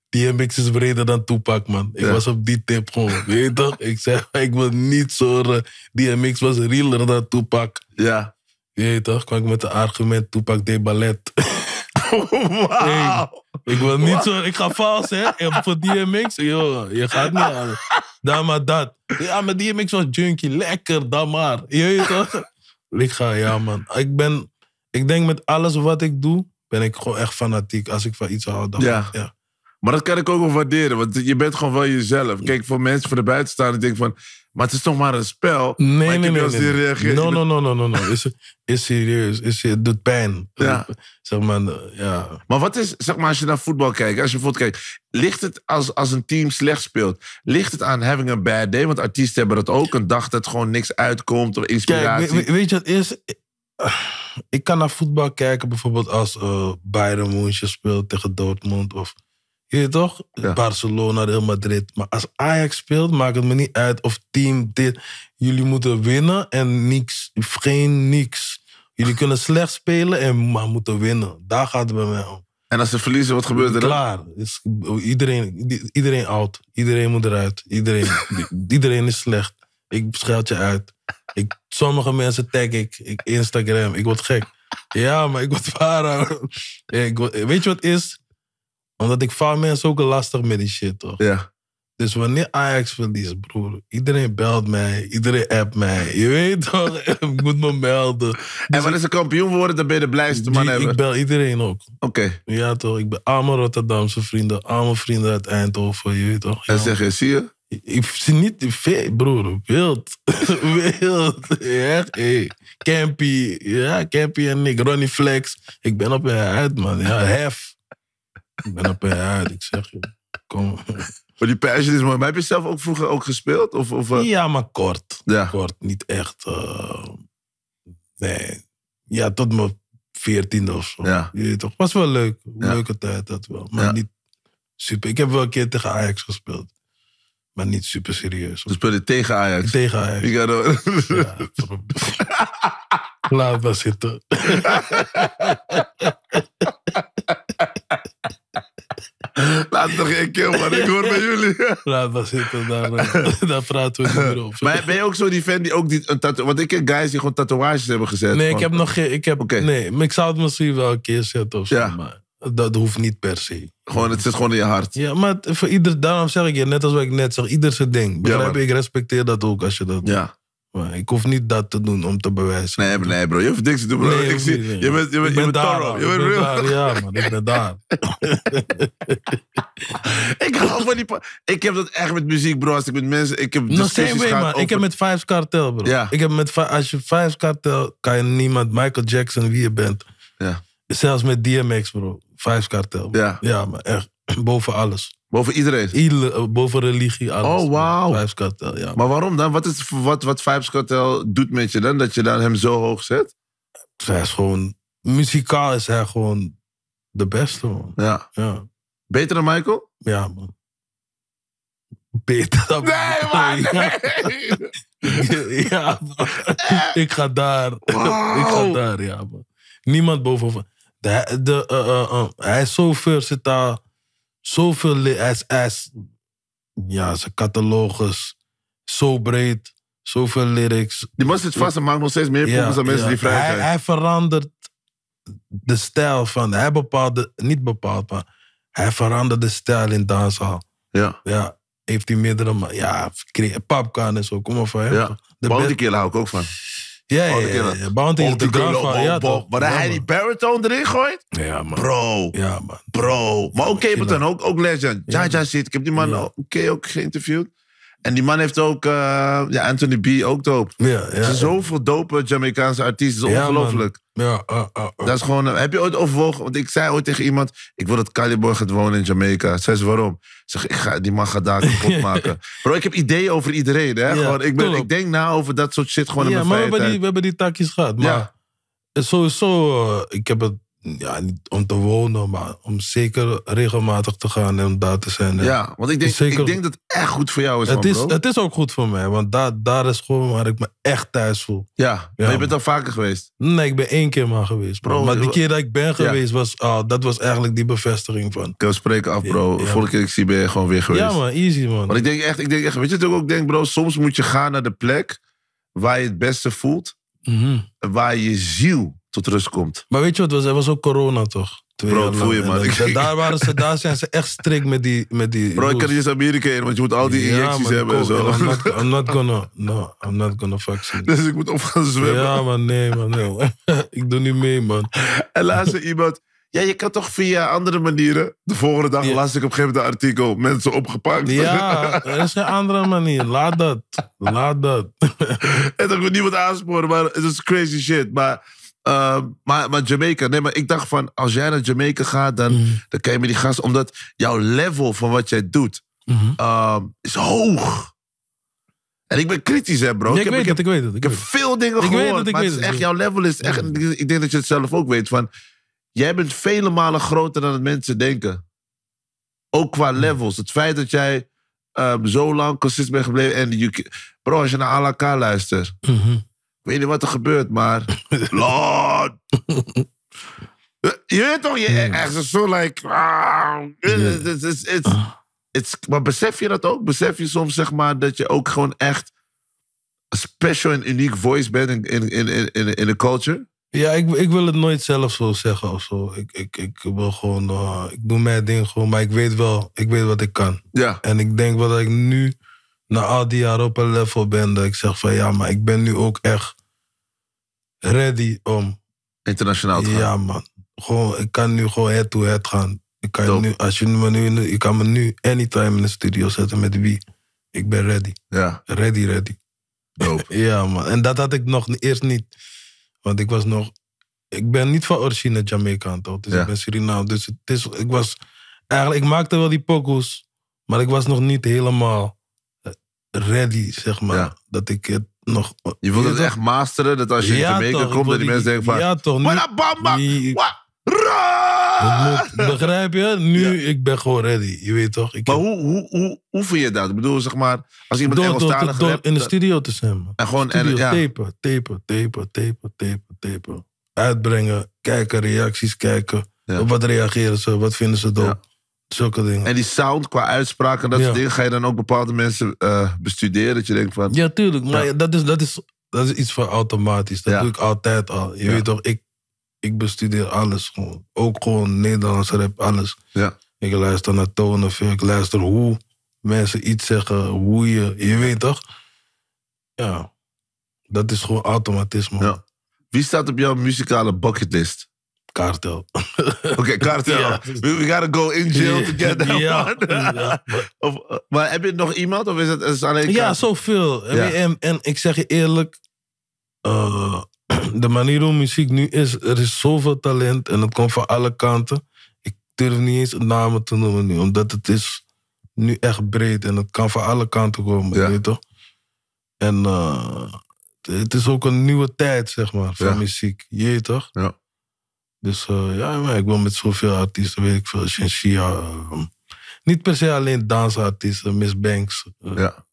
B: DMX is breder dan Tupac, man. Ik
H: Ja.
B: was op die tip gewoon, weet je toch? Ik zei, ik wil niet zo... eh, DMX was realer dan Tupac.
H: Ja.
B: Je weet toch? Kwam ik met het argument, Tupac deed ballet.
H: Wauw.
B: Ik wil niet zo, ik ga vals, hè? En voor DMX, joh, je gaat niet aan. Dan maar dat. Ja, maar DMX was junkie, lekker, dan maar. Je weet toch? Ik ga, ja, man. Ik ben, ik denk met alles wat ik doe, ben ik gewoon echt fanatiek. Als ik van iets hou, dan.
H: Ja. Maar dat kan ik ook wel waarderen, want je bent gewoon wel jezelf. Kijk, voor mensen van de buitenstaande denken van... Maar het is toch maar een spel. maar
B: Nee,
H: ik
B: nee,
H: heb
B: nee.
H: als
B: nee,
H: die
B: nee.
H: reageert.
B: No, no, no, no, no, no. Is, is serieus. Is, het doet pijn.
H: Ja.
B: Zeg maar, ja.
H: Maar wat is, zeg maar, als je naar voetbal kijkt, als je bijvoorbeeld kijkt, ligt het als, als een team slecht speelt, ligt het aan having a bad day? Want artiesten hebben dat ook, een dag dat gewoon niks uitkomt of
B: Kijk,
H: inspiratie.
B: we- we- weet je wat het is? Ik kan naar voetbal kijken bijvoorbeeld als eh Bayern München speelt tegen Dortmund. Of, je weet toch?
H: Ja.
B: Barcelona, Real Madrid. Maar als Ajax speelt, maakt het me niet uit of team dit. Jullie moeten winnen en niks. Geen niks. Jullie kunnen slecht spelen en maar moeten winnen. Daar gaat het bij mij om.
H: En als ze verliezen, wat gebeurt er dan?
B: Klaar. Is, iedereen, i- iedereen oud. Iedereen moet eruit. Iedereen, i- iedereen is slecht. Ik scheld je uit. Ik, sommige mensen tag ik, ik. Instagram. Ik word gek. Ja, maar ik word vader. Ik word- weet je wat het is? Omdat ik vaar mensen ook lastig met die shit, toch?
H: Ja.
B: Dus wanneer Ajax verliest, broer, iedereen belt mij, iedereen appt mij. Je weet toch, ik moet me melden.
H: En wanneer ze kampioen worden, dan ben je de blijste man
B: Dus Die- ik
H: hebben.
B: bel iedereen ook.
H: Oké.
B: Ja toch, ik ben allemaal Rotterdamse vrienden, allemaal vrienden uit Eindhoven, je weet toch?
H: En
B: Ja.
H: zeg je, zie je?
B: Ik- Ik zie niet de ve- broer, wild. wild, ja, hey. Campy, ja, Campy en ik, Ronnie Flex. Ik ben op je uit, man. Ja, hef. Ik ben op je uit, ik zeg je. Kom.
H: Maar die passion is mooi. Maar heb je zelf ook vroeger ook gespeeld? Of, of, eh,
B: Ja, maar kort.
H: ja.
B: Kort, niet echt. eh, nee. Ja, tot mijn veertiende of zo.
H: Ja.
B: Je weet toch, was wel leuk.
H: Ja.
B: Leuke tijd, dat wel. Maar
H: Ja.
B: niet super. Ik heb wel een keer tegen Ajax gespeeld. Maar niet super serieus.
H: Dus speelde je tegen Ajax.
B: Tegen Ajax.
H: Ik had-
B: Ja. Laat maar zitten.
H: Laat nog één keer, man. Ik hoor bij jullie.
B: Laat maar zitten. Daar, eh, daar praten we niet meer over.
H: Maar ben je ook zo die fan die ook die, een tattoo... Want ik ken guys die gewoon tatoeages hebben gezet.
B: nee, ik
H: Van-
B: heb nog geen... Ik heb,
H: Oké.
B: Nee, maar ik zou het misschien wel een keer zetten of zo.
H: Ja.
B: Maar dat hoeft niet per se.
H: Gewoon, het zit gewoon in je hart.
B: Ja, maar het- voor ieder, daarom zeg ik je, net als wat ik net zeg, ieder zijn ding. Begrijp
H: man.
B: je? ik respecteer dat ook als je dat
H: Ja.
B: Maar ik hoef niet dat te doen om te bewijzen.
H: Nee, nee bro, je hoeft niks te doen, bro.
B: Nee,
H: ik
B: hoeft
H: zie,
B: niet, nee.
H: je bent, je bent,
B: Ik
H: je
B: ben
H: bent
B: daar,
H: thorough,
B: man.
H: je
B: Ik
H: bent
B: ben
H: real.
B: daar, ja, man. Ik ben daar.
H: Ik hou van die... pa- Ik heb dat echt met muziek, bro. Als ik met mensen... Ik heb
B: No,
H: discussies
B: same way,
H: gehad
B: man. Ik
H: over-
B: heb met Vibes Cartel, bro.
H: Ja.
B: Ik heb met, Fi- als je Vibes Cartel, kan je niemand, Michael Jackson, wie je bent.
H: Ja.
B: Zelfs met DMX, bro. Vibes Cartel. man.
H: Ja,
B: Ja, maar echt. Boven alles.
H: boven iedereen.
B: Iedere- eh, boven religie, alles.
H: Oh, wauw.
B: Vibes Cartel, ja.
H: Maar waarom dan? Wat, is, wat, wat Vibes Cartel doet met je dan? Dat je dan hem zo hoog zet?
B: Hij is gewoon, muzikaal is hij gewoon de beste, man.
H: Ja.
B: Ja,
H: Beter dan Michael?
B: ja man. Beter dan Ja. ja, man.
H: Eh.
B: ik ga daar. ik ga daar, ja, man. Niemand boven. De, de, eh, eh, eh, hij is zo versatile. Zoveel. le- Hij is, hij is- ja, zijn catalogus. Zo breed. Zoveel lyrics.
H: Die man zit vast en maakt nog steeds meer
B: Ja,
H: poepers dan mensen
B: ja.
H: die vrij
B: hij,
H: zijn.
B: hij verandert de stijl van. Hij bepaalt, de- niet bepaald, maar hij verandert de stijl in danshal.
H: ja.
B: Ja, heeft hij meerdere. ma- Ja, crea- Papkaan en zo, kom maar van hem.
H: Ja.
B: De
H: Bounty
B: best-
H: Killer hou ik ook van.
B: ja, ja,
H: Bounty
B: ja,
H: Killer.
B: ja. Bounty is de
H: Killer,
B: grandfather.
H: Bob,
B: Ja,
H: Bob.
B: toch?
H: Maar dat
B: Ja,
H: hij die
B: man.
H: baritone erin gooit?
B: Ja, man.
H: Bro.
B: Ja, man.
H: Bro. Maar ook
B: Killer.
H: Capleton, ook, ook legend. Ja,
B: Ja.
H: ja, zit. Ik heb die man
B: Ja.
H: ook, oké, ook geïnterviewd. En die man heeft ook, eh, ja, Anthony B. ook dope.
B: Ja,
H: Er
B: ja.
H: zijn zoveel dope Jamaicaanse artiesten. Dat is
B: Ja, man.
H: ongelooflijk.
B: Ja, ah, ah, ah.
H: Dat is gewoon, eh, heb je ooit overwogen? Want ik zei ooit tegen iemand, ik wil dat Caliboy gaat wonen in Jamaica. Zij zei, waarom? Ik zeg, ik ga, die man gaat daar kapot maken. Bro, ik heb ideeën over iedereen. Hè?
B: Ja,
H: gewoon, ik, ben,
B: klopt.
H: ik denk na over dat soort shit gewoon in
B: ja, maar we
H: mijn vrije
B: hebben, die,
H: tijd.
B: we hebben die takjes gehad. Maar
H: Ja.
B: sowieso, eh, ik heb het ja, niet om te wonen, maar om zeker regelmatig te gaan en om daar te zijn. En
H: Ja, want ik denk,
B: Zeker.
H: ik denk dat het echt goed voor jou is,
B: Het
H: man,
B: is,
H: bro.
B: het is ook goed voor mij, want daar, daar is gewoon waar ik me echt thuis voel.
H: ja, maar je
B: man.
H: bent al vaker geweest.
B: Nee, ik ben één keer maar geweest.
H: Bro,
B: Bro. Maar die
H: wa-
B: keer dat ik ben
H: Ja.
B: geweest, was, ah, dat was eigenlijk die bevestiging van.
H: Ik kan spreken af, bro.
B: Ja, ja.
H: Vorige keer ik zie ben je gewoon weer geweest.
B: Ja man, easy man.
H: Want ik denk echt, ik denk echt, weet je wat ik ook denk, bro? Soms moet je gaan naar de plek waar je het beste voelt.
B: Mhm.
H: waar je ziel tot rust komt.
B: Maar weet je wat, het was, er was ook corona toch? Twee
H: Bro,
B: jaar
H: ik voel je,
B: lang.
H: man.
B: En
H: Ik-
B: dan- daar, waren ze, daar zijn ze echt strikt met die... Met die
H: Bro, ik kan niet
B: rules.
H: eens Amerika in, want je moet al die
B: Ja,
H: injecties
B: man,
H: hebben en
B: kom,
H: zo.
B: I'm not, I'm not gonna, no, I'm not gonna vaccinate.
H: Dus ik moet op gaan zwemmen.
B: Ja man, nee man, nee. man. ik doe niet mee man.
H: En laatst zei iemand, Ja, je kan toch via andere manieren. De volgende dag
B: Ja.
H: las ik op een gegeven moment een artikel. Mensen opgepakt.
B: Ja, er is een andere manier. Laat dat. Laat dat.
H: En dat wil niemand aansporen, maar het is crazy shit. Maar, ehm, maar, maar Jamaica, nee, maar ik dacht van, als jij naar Jamaica gaat, dan,
B: Mm.
H: dan kan je met die gasten, omdat jouw level van wat jij doet
B: Mhm.
H: ehm, is hoog. En ik ben kritisch, hè, bro. ik,
B: Ja, ik
H: heb,
B: weet
H: ik, heb,
B: het, ik weet het.
H: ik
B: Ik
H: heb
B: weet het.
H: veel dingen
B: Ik weet
H: gehoord,
B: het, ik
H: maar
B: weet
H: het is
B: het. Mm.
H: echt, jouw level is echt, ik denk dat je het zelf ook weet, van, jij bent vele malen groter dan het mensen denken. Ook qua
B: Mm.
H: levels. Het feit dat jij ehm, zo lang consistent bent gebleven en je, bro, als je naar Alaka luistert,
B: Mhm.
H: ik weet niet wat er gebeurt, maar. Lord! je weet toch, je echt zo like. ah, it's, it's, it's, it's- maar besef je dat ook? Besef je soms zeg maar dat je ook gewoon echt. een special en uniek voice bent in, in, in, in, in, in de culture?
B: Ja, ik, ik wil het nooit zelf zo zeggen of zo. Ik, ik, ik wil gewoon, eh, ik doe mijn ding gewoon, maar ik weet wel, ik weet wat ik kan.
H: Ja.
B: En ik denk wel dat ik nu, na al die jaren op een level ben, dat ik zeg van ja, maar ik ben nu ook echt ready om.
H: Internationaal te gaan.
B: Ja, man. Gewoon, ik kan nu gewoon head to head gaan. Ik kan, je
H: Dope.
B: nu, als je me nu, je kan me nu anytime in de studio zetten met wie. Ik ben ready.
H: Ja,
B: Ready, ready.
H: dope.
B: Ja, man. En dat had ik nog ni- eerst niet. Want ik was nog. Ik ben niet van origine Jamaican, toch? Dus
H: Ja.
B: ik ben Surinaam. Dus het is, ik was. Eigenlijk, ik maakte wel die pokoes. Maar ik was nog niet helemaal eh, ready, zeg maar.
H: Ja.
B: Dat ik het nog.
H: Je wilt het
B: toch?
H: echt masteren, dat als je in Jamaica
B: toch, ik
H: komt,
B: wil
H: dat die
B: die-
H: mensen denken van...
B: Ja, toch. nu-
H: Wada bamba!
B: die-
H: Wa-
B: het
H: Ra!
B: moet, begrijp je? Nu, ik ben gewoon ready. Je weet toch? Ik
H: Maar
B: heb-
H: hoe, hoe, hoe oefen je dat? Ik bedoel, zeg maar, als iemand
B: door, door, door,
H: Engelstalig
B: door
H: rapt,
B: in de
H: dan-
B: studio te zijn, man.
H: En gewoon, en,
B: Studio,
H: ja.
B: tapen, tapen, tapen, tapen, tapen, tapen. Uitbrengen, kijken, reacties kijken.
H: Ja.
B: Op wat reageren ze, wat vinden ze dood.
H: Ja.
B: Zulke dingen.
H: en die sound qua uitspraak en dat
B: Ja.
H: soort dingen, ga je dan ook bepaalde mensen eh, bestuderen? Dat je denkt van,
B: Ja, tuurlijk. Maar
H: Ja.
B: ja, dat, is, dat, is, dat is iets van automatisch. Dat
H: Ja.
B: doe ik altijd al. Je
H: Ja.
B: weet toch, ik, ik bestudeer alles gewoon. Ook gewoon Nederlands rap, alles.
H: Ja.
B: Ik luister naar tonen, veel. ik luister hoe mensen iets zeggen, hoe je, je weet toch? Ja, dat is gewoon automatisme.
H: Ja. wie staat op jouw muzikale bucketlist?
B: Kaartel.
H: Oké, kartel.
B: Ja.
H: We, we gotta go in jail together.
B: Ja.
H: man.
B: Ja.
H: Of, eh, maar heb je nog iemand? Of is het, is het alleen
B: Ja,
H: Kartel?
B: zoveel.
H: Ja.
B: En, en ik zeg je eerlijk, eh, de manier hoe muziek nu is, er is zoveel talent en het komt van alle kanten. Ik durf niet eens namen te noemen nu, omdat het is nu echt breed en het kan van alle kanten komen,
H: Ja.
B: weet je toch? En eh, het is ook een nieuwe tijd, zeg maar, van
H: Ja.
B: muziek. Je weet toch?
H: Ja.
B: Dus eh, ja, maar ik wil met zoveel artiesten, weet ik veel, Shinshia. eh, niet per se alleen dansartiesten, Miss Banks. eh,
H: Ja.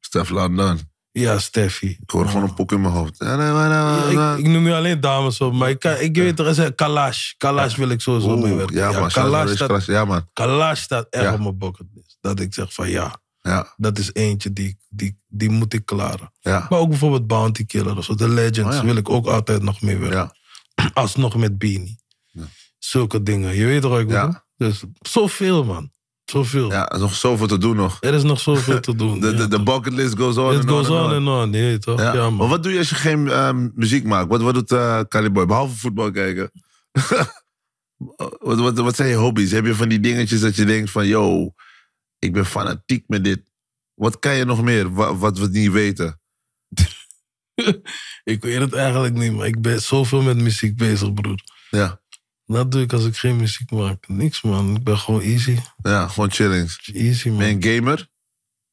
H: Stef London.
B: Ja, Steffi.
H: Ik hoor gewoon een poek in mijn hoofd. Ah,
B: Ja,
H: nou.
B: ik, ik noem nu alleen dames op, maar ik, kan- ik weet toch, er zijn Kalash. Kalash wil ik sowieso mee
H: Oeh,
B: werken.
H: ja, man. shout out
B: Kalash,
H: Race
B: staat,
H: Crash. Ja, man.
B: Kalash staat echt
H: Ja.
B: op mijn bucketlist. Dat ik zeg van ja,
H: Ja,
B: dat is eentje die, ik- die, die moet ik klaren.
H: ja.
B: Maar ook bijvoorbeeld Bounty Killer of zo, The Legends
H: Oh ja.
B: wil ik ook altijd nog mee werken.
H: ja.
B: Alsnog met Beanie. Zulke dingen, je weet toch wat ik
H: Ja.
B: bedoel? Dus zoveel man, zoveel.
H: Ja, er is nog zoveel te doen nog.
B: Er is nog zoveel te doen.
H: De,
B: ja.
H: de, de bucket list goes on
B: It
H: and
B: goes
H: on and
B: on
H: on.
B: and on, je weet toch?
H: Ja.
B: Ja, man.
H: maar wat doe je als je geen ehm, muziek maakt? Wat, wat doet eh Caliboy? Behalve voetbal kijken. wat, wat, wat zijn je hobby's? Heb je van die dingetjes dat je denkt van... Yo, ik ben fanatiek met dit. Wat kan je nog meer? Wat, wat we niet weten?
B: Ik weet het eigenlijk niet, maar ik ben zoveel met muziek bezig, broer.
H: Ja,
B: Dat doe ik als ik geen muziek maak. Niks, man. Ik ben gewoon easy.
H: ja gewoon chillings.
B: Easy, man.
H: Ben je een gamer?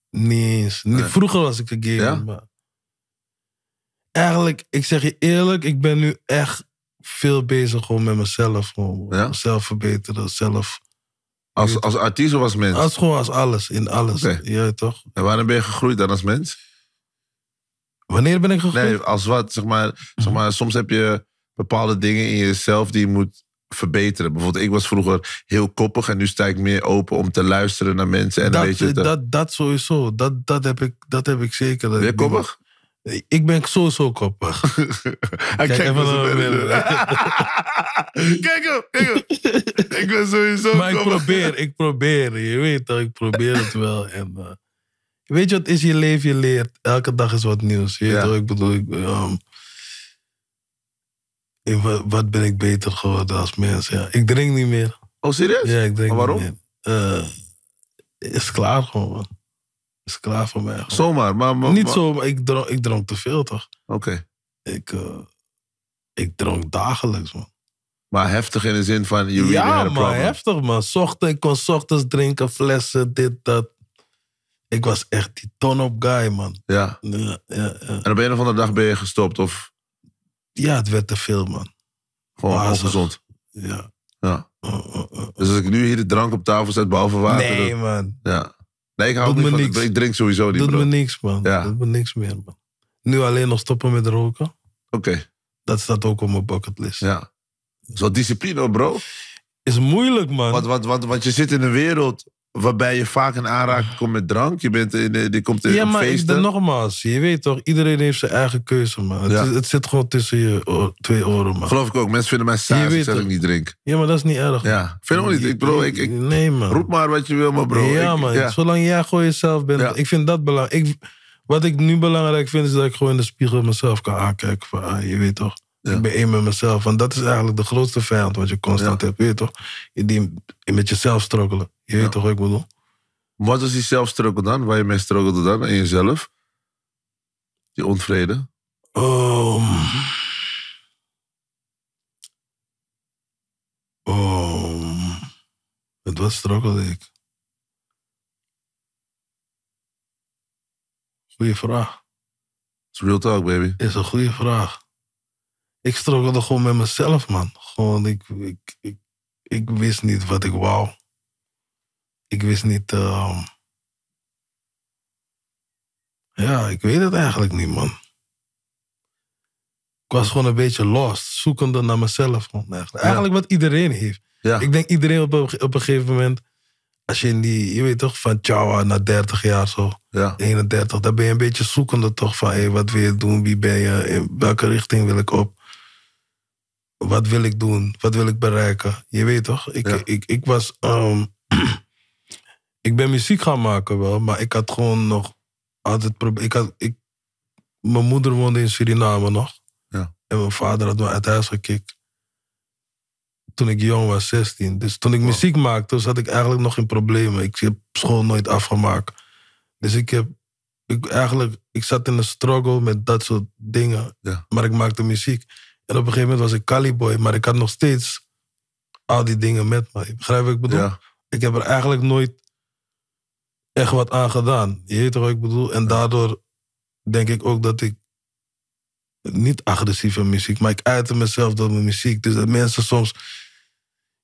B: Niet eens. Niet-
H: Nee.
B: Vroeger was ik een gamer,
H: Ja?
B: maar... Eigenlijk, ik zeg je eerlijk, ik ben nu echt veel bezig gewoon met mezelf. Gewoon.
H: Ja?
B: Zelf verbeteren, zelf...
H: Als, als artiest of als mens?
B: Als gewoon als alles, in alles.
H: Oké.
B: Ja, toch?
H: En waarom ben je gegroeid dan als mens?
B: Wanneer ben ik gegroeid?
H: Nee, als wat? Zeg maar, zeg maar, soms heb je bepaalde dingen in jezelf die je moet verbeteren. Bijvoorbeeld, ik was vroeger heel koppig en nu sta ik meer open om te luisteren naar mensen. En
B: dat,
H: een beetje te...
B: dat, dat sowieso. Dat, dat, heb ik, dat heb ik zeker. Dat
H: ben je
B: ik die-
H: koppig?
B: Ik ben sowieso koppig.
H: Hij kijkt
B: even
H: me zo
B: naar
H: aan.
B: mijn billen.
H: Kijk hem, kijk hem. Ik ben sowieso
B: Maar ik
H: koppig.
B: probeer, ik probeer. Je weet toch, ik probeer het wel. En, eh, weet je wat is je leven? Je leert. Elke dag is wat nieuws. Je weet
H: Ja.
B: toch, ik bedoel, ik, ehm, in wa- wat, ben ik beter geworden als mens. Ja. Ik drink niet meer.
H: Oh, serieus?
B: Ja, ik drink
H: Maar waarom?
B: niet meer. Eh, is klaar gewoon, man. Is klaar voor mij. gewoon.
H: Zomaar, maar... maar-
B: niet
H: maar-
B: zo, maar ik dronk, ik dronk te veel, toch?
H: Oké.
B: Ik, eh, ik dronk dagelijks, man.
H: Maar heftig in de zin van, you really had
B: ja,
H: a
B: man,
H: problem.
B: heftig, man. Zochtend, ik kon 's ochtends drinken, flessen, dit, dat. Ik was echt die ton-op guy, man.
H: Ja.
B: Ja, ja, ja.
H: En op een of andere dag ben je gestopt of
B: ja, het werd te veel, man.
H: gewoon
B: Wazig.
H: ongezond.
B: Ja.
H: Ja.
B: Oh, oh, oh.
H: Dus als ik nu hier de drank op tafel zet, behalve water...
B: Nee,
H: dat-
B: man.
H: ja. nee ik hou
B: Doet
H: niet
B: me
H: van...
B: niks.
H: Ik drink sowieso niet,
B: Doet
H: bro.
B: me
H: Oké.
B: niks, man.
H: Ja.
B: Doet me niks meer, man. Nu alleen nog stoppen met roken. Dat staat ook op mijn bucketlist.
H: Ja. Dat is wel discipline, hoor, bro.
B: Is moeilijk, man.
H: Want, want, want, want je zit in een wereld waarbij je vaak in aanraking komt met drank. Je bent in, eh, die komt in
B: ja, maar ik,
H: feesten.
B: dan nogmaals, je weet toch, iedereen heeft zijn eigen keuze, man. Het,
H: Ja.
B: is- het zit gewoon tussen je oor- twee oren, man.
H: Geloof ik ook. Mensen vinden mij
B: Je
H: saai
B: weet
H: als ik
B: het.
H: niet drink.
B: Ja, maar dat is niet erg.
H: Ja. Vind ik ook niet. Ik, bro, ik, ik
B: nee, man.
H: roep maar wat je wil, maar bro.
B: ja,
H: ik,
B: man.
H: Ja.
B: Zolang jij gewoon jezelf bent.
H: Ja.
B: Ik vind dat belangrijk. Ik, wat ik nu belangrijk vind, is dat ik gewoon in de spiegel mezelf kan aankijken. Van, ah, je weet toch,
H: Ja.
B: ik ben één met mezelf. Want dat is eigenlijk de grootste vijand wat je constant hebt. Weet je toch? Je die met jezelf struggelen. Je weet
H: Ja.
B: toch wat ik bedoel?
H: Wat is die zelfstruggle dan? Waar je mee struggelde dan? In jezelf? Die onvrede?
B: Ehm. Ehm. Met wat struggelde ik? Goeie vraag.
H: It's real talk, baby.
B: Is een goede vraag. Ik struggelde gewoon met mezelf, man. Gewoon, ik, ik, ik, ik wist niet wat ik wou. Ik wist niet. ehm, Ja, ik weet het eigenlijk niet, man. Ik was gewoon een beetje lost, zoekende naar mezelf. gewoon, Eigenlijk, eigenlijk wat iedereen heeft.
H: Ja.
B: Ik denk iedereen op, een- op een gegeven moment, als je in die, je weet toch, van Chawa naar 30 jaar zo.
H: ja.
B: 31, daar ben je een beetje zoekende toch van hé, wat wil je doen, wie ben je, in welke richting wil ik op, wat wil ik doen, wat wil ik bereiken. Je weet toch? Ik,
H: Ja.
B: ik, ik was, ehm, ik ben muziek gaan maken wel, maar ik had gewoon nog altijd problemen. Ik had, ik, mijn moeder woonde in Suriname nog
H: Ja.
B: en mijn vader had me uit huis gekikt. Toen ik jong was, 16. Dus toen ik muziek maakte, zat ik eigenlijk nog in problemen. Ik heb school nooit afgemaakt. Dus ik heb ik eigenlijk, ik zat in een struggle met dat soort dingen.
H: Ja.
B: Maar ik maakte muziek. En op een gegeven moment was ik Caliboy, maar ik had nog steeds al die dingen met me. Begrijp je wat ik bedoel?
H: Ja.
B: Ik heb er eigenlijk nooit echt wat aan gedaan. Je weet toch wat ik bedoel? En daardoor denk ik ook dat ik niet agressief in muziek, maar ik uitte mezelf door mijn muziek. Dus dat mensen soms,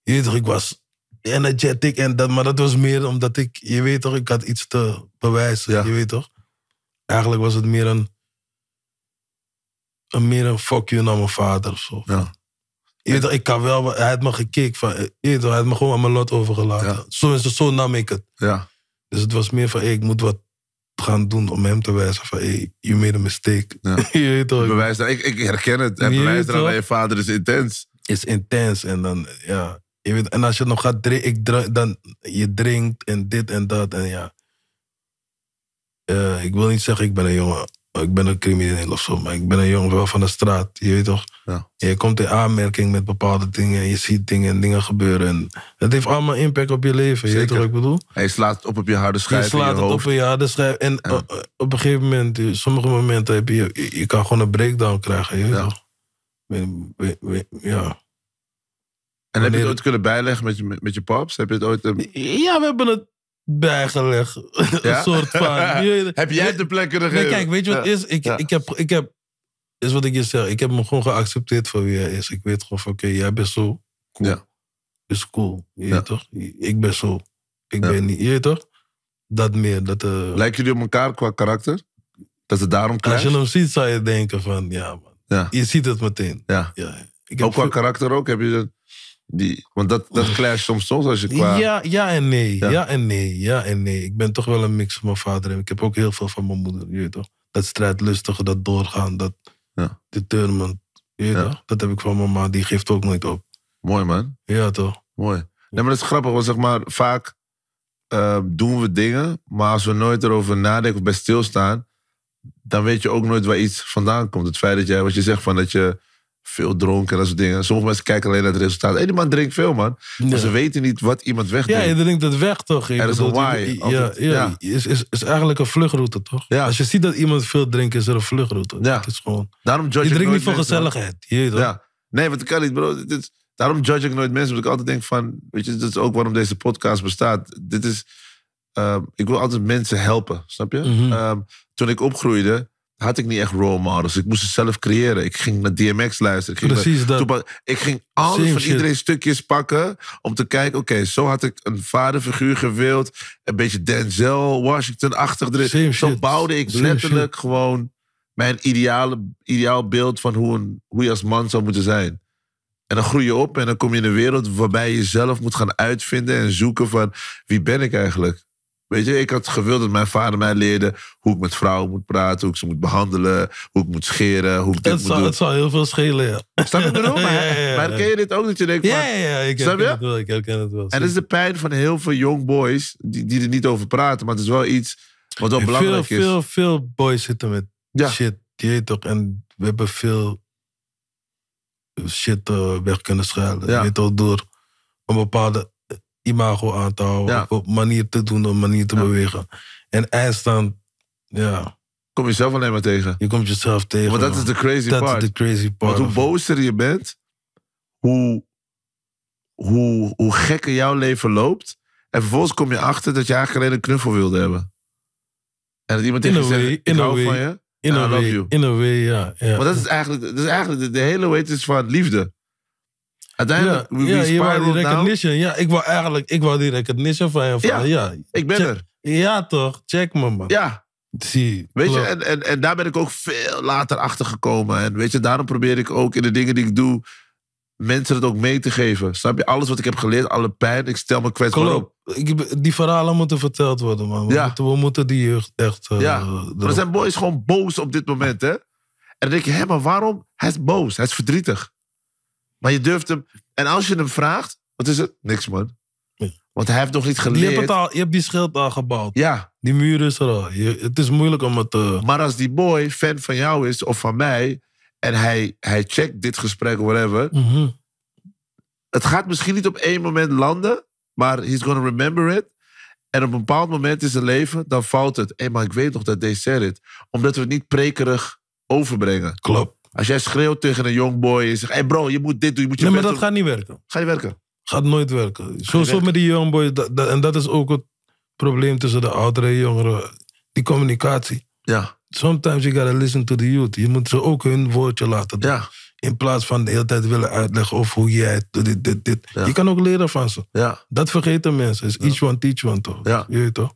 B: je weet toch, ik was energetic en dat, maar dat was meer omdat ik, je weet toch, ik had iets te bewijzen.
H: Ja.
B: Je weet toch? Eigenlijk was het meer een, een meer een fuck you naar mijn vader of zo.
H: Ja.
B: Je weet toch, ik kan wel, hij had me gekeken van, eh, je weet toch, hij had me gewoon aan mijn lot overgelaten.
H: Ja.
B: Zo, is het, zo nam ik het.
H: ja.
B: Dus het was meer van, hey, ik moet wat gaan doen om hem te wijzen van, hey, you made a mistake.
H: Ja.
B: je weet toch, ik-
H: Bewijs ik, ik herken het. En
B: Je
H: bewijs
B: weet
H: eraan
B: toch?
H: dat je vader is intens.
B: is intens en dan, ja. Je weet, en als je nog gaat drinken, ik dra- dan je drinkt en dit en dat en ja. Eh, ik wil niet zeggen, ik ben een jongen, ik ben een crimineel of zo, maar ik ben een jongen wel van de straat, je weet toch?
H: Ja.
B: Je komt in aanmerking met bepaalde dingen, je ziet dingen en dingen gebeuren. En het heeft allemaal impact op je leven, je
H: Zeker.
B: weet toch wat ik bedoel?
H: Hij slaat het op op je harde schijf
B: je slaat
H: in je
B: het
H: hoofd.
B: op een ja, dat schrijf. En
H: Ja.
B: eh, eh, op een gegeven moment, eh, sommige momenten heb je, je, je kan gewoon een breakdown krijgen, je weet
H: Ja.
B: toch? We- we- we- ja.
H: En heb je
B: wanneer-
H: het ooit kunnen bijleggen met je, met, met je paps? Heb je het ooit... eh,
B: Ja, we hebben het bijgelegd.
H: Ja?
B: een soort van. Je weet-
H: heb jij het de plek kunnen
B: Nee,
H: geven?
B: kijk, weet je wat
H: Ja.
B: het is? Ik,
H: Ja.
B: ik heb, ik heb, is wat ik je zeg. Ik heb hem gewoon geaccepteerd voor wie hij is. Ik weet gewoon van, oké, jij bent zo. Cool.
H: Ja.
B: Is cool. Je
H: Ja.
B: weet toch? Ik ben zo. Ik
H: Ja.
B: ben niet. Je weet toch? Dat meer. Dat, eh,
H: Lijken jullie op elkaar qua karakter? Dat het daarom
B: als
H: krijgt?
B: je hem ziet, zou je denken van, ja man.
H: Ja.
B: Je ziet het meteen.
H: Ja.
B: ja. Ik heb
H: Ook qua
B: veel-
H: karakter ook? Heb je dat, die, want dat, dat clasht soms soms als je qua...
B: Ja, ja en nee.
H: Ja.
B: Ja. en nee. Ja en nee. Ik ben toch wel een mix van mijn vader. En ik heb ook heel veel van mijn moeder. Je weet toch? Dat strijdlustige, dat doorgaan, dat
H: Ja.
B: determined. Je weet
H: Ja.
B: toch? Dat heb ik van mijn ma. Die geeft ook nooit op.
H: Mooi man.
B: Ja toch?
H: Mooi. Nee, maar dat is grappig, want zeg maar, vaak eh, doen we dingen, maar als we nooit erover nadenken of bij stilstaan, dan weet je ook nooit waar iets vandaan komt. Het feit dat jij, wat je zegt, van dat je Veel dronken en dat soort dingen. Sommige mensen kijken alleen naar het resultaat. Hé, die man drinkt veel, man.
B: Ja.
H: Maar ze weten niet wat iemand
B: Ja,
H: wegdrinkt.
B: je drinkt het weg toch? Ik
H: Er is een
B: bedoel,
H: why,
B: i- i- Ja,
H: altijd.
B: ja, Is, is, is eigenlijk een vluchtroute toch?
H: Ja.
B: Als je ziet dat iemand veel drinkt, is er een vluchtroute.
H: Ja.
B: Het is gewoon,
H: Daarom judge
B: je
H: ik
B: drinkt
H: nooit
B: niet voor
H: mensen.
B: gezelligheid. Je weet toch?
H: Ja. Nee, want ik kan niet, bro. Dit is- daarom judge ik nooit mensen. Omdat ik altijd denk van... Weet je, dat is ook waarom deze podcast bestaat. Dit is... ehm, ik wil altijd mensen helpen, snap je?
B: Mhm.
H: Ehm, toen ik opgroeide, had ik niet echt role models. Ik moest het zelf creëren. Ik ging naar DMX luisteren. Ik ging naar-
B: Precies dat.
H: Tupac. Ik ging alles
B: Same
H: van
B: shit.
H: iedereen stukjes pakken om te kijken... Oké, zo had ik een vaderfiguur gewild. Een beetje Denzel Washington-achtig erin.
B: Same
H: Zo
B: shit.
H: bouwde ik
B: Same
H: letterlijk gewoon mijn ideale, ideaal beeld van hoe, een, hoe je als man zou moeten zijn. En dan groei je op en dan kom je in een wereld waarbij je zelf moet gaan uitvinden en zoeken van wie ben ik eigenlijk? Weet je, ik had gewild dat mijn vader mij leerde hoe ik met vrouwen moet praten, hoe ik ze moet behandelen, hoe ik moet scheren, hoe ik dit
B: Het
H: moet
B: zou,
H: doen.
B: het zou heel veel schelen, ja.
H: Snap je wat ik bedoel? Maar,
B: Ja, ja, ja.
H: maar ken je dit ook dat je denkt van,
B: Ja, ja, ja, ik
H: Snap
B: herken
H: je?
B: het wel. Ik herken het wel.
H: en dat is de pijn van heel veel young boys die, die er niet over praten, maar het is wel iets wat wel
B: Veel-
H: belangrijk
B: veel,
H: is.
B: Veel, veel boys zitten met
H: Ja.
B: shit, je weet toch? En we hebben veel shit eh, weg kunnen schuilen.
H: Ja.
B: Je weet toch, door een bepaalde imago aan te houden.
H: Ja.
B: Op een manier te doen, op een manier te
H: Ja.
B: bewegen. En eindstand, ja,
H: Kom je zelf alleen maar tegen.
B: je komt jezelf tegen.
H: Maar dat is
B: man.
H: de crazy
B: Dat is
H: part.
B: de crazy
H: Want
B: part.
H: hoe
B: of-
H: bozer je bent, hoe, hoe, hoe gekker jouw leven loopt. En vervolgens kom je achter dat je eigenlijk alleen een knuffel wilde hebben. En dat iemand
B: In
H: tegen je
B: a
H: zegt,
B: way,
H: ik
B: in a
H: hou
B: way.
H: van je.
B: in
H: I
B: a
H: love
B: way,
H: you.
B: In a way, ja. ja.
H: Maar dat is eigenlijk, dat is eigenlijk de, de hele weet is van liefde.
B: ja,
H: Uiteindelijk, we, we
B: ja, je wou die
H: spiral down.
B: recognition. Ja, ik wou eigenlijk ik wou die recognition van je. Van,
H: Ja.
B: ja. Ja,
H: Ik ben
B: Check.
H: er.
B: toch? Check me, man.
H: Ja,
B: Zie,
H: weet je.
B: klopt.
H: En, en, en daar ben ik ook veel later achter gekomen. En weet je, daarom probeer ik ook in de dingen die ik doe... mensen het ook mee te geven. Snap je? Alles wat ik heb geleerd, alle pijn. Ik stel me kwetsbaar op.
B: Klopt. Ik, heb- die verhalen moeten verteld worden, man. We,
H: Ja.
B: moeten, we moeten die jeugd echt. eh,
H: Ja,
B: erop-
H: Maar er zijn boys gewoon boos op dit moment, hè? En dan denk je, hé, maar waarom? Hij is boos, hij is verdrietig. Maar je durft hem... En als je hem vraagt, wat is het? Niks, man.
B: Ja.
H: Want hij heeft nog niet
B: je, hebt
H: geleerd.
B: het al, je hebt die schild al gebouwd.
H: Ja,
B: Die muur is er al. Je- het is moeilijk om het. eh,
H: maar als die boy fan van jou is of van mij... en hij, hij checkt dit gesprek, whatever...
B: mhm.
H: het gaat misschien niet op één moment landen... maar he's gonna remember it. En op een bepaald moment in zijn leven, dan valt het. Hé, maar ik weet nog dat deze zei dit. Omdat we het niet prekerig overbrengen.
B: Klopt.
H: Als jij schreeuwt tegen een young boy en zegt: hey bro, je moet dit doen, je moet je
B: Nee, maar
H: best
B: dat
H: doen.
B: gaat niet werken.
H: Ga je werken.
B: Gaat nooit werken. Sowieso
H: werken.
B: met die youngboys. Dat, dat- en dat is ook het probleem tussen de ouderen en jongeren. Die communicatie.
H: Ja,
B: Sometimes you gotta listen to the youth. Je moet ze ook hun woordje laten doen.
H: ja,
B: In plaats van de hele tijd willen uitleggen of hoe jij het doet, dit, dit, dit.
H: Ja.
B: Je kan ook leren van ze.
H: ja.
B: Dat vergeten mensen. Is each one teach one toch?
H: Ja.
B: Je weet toch?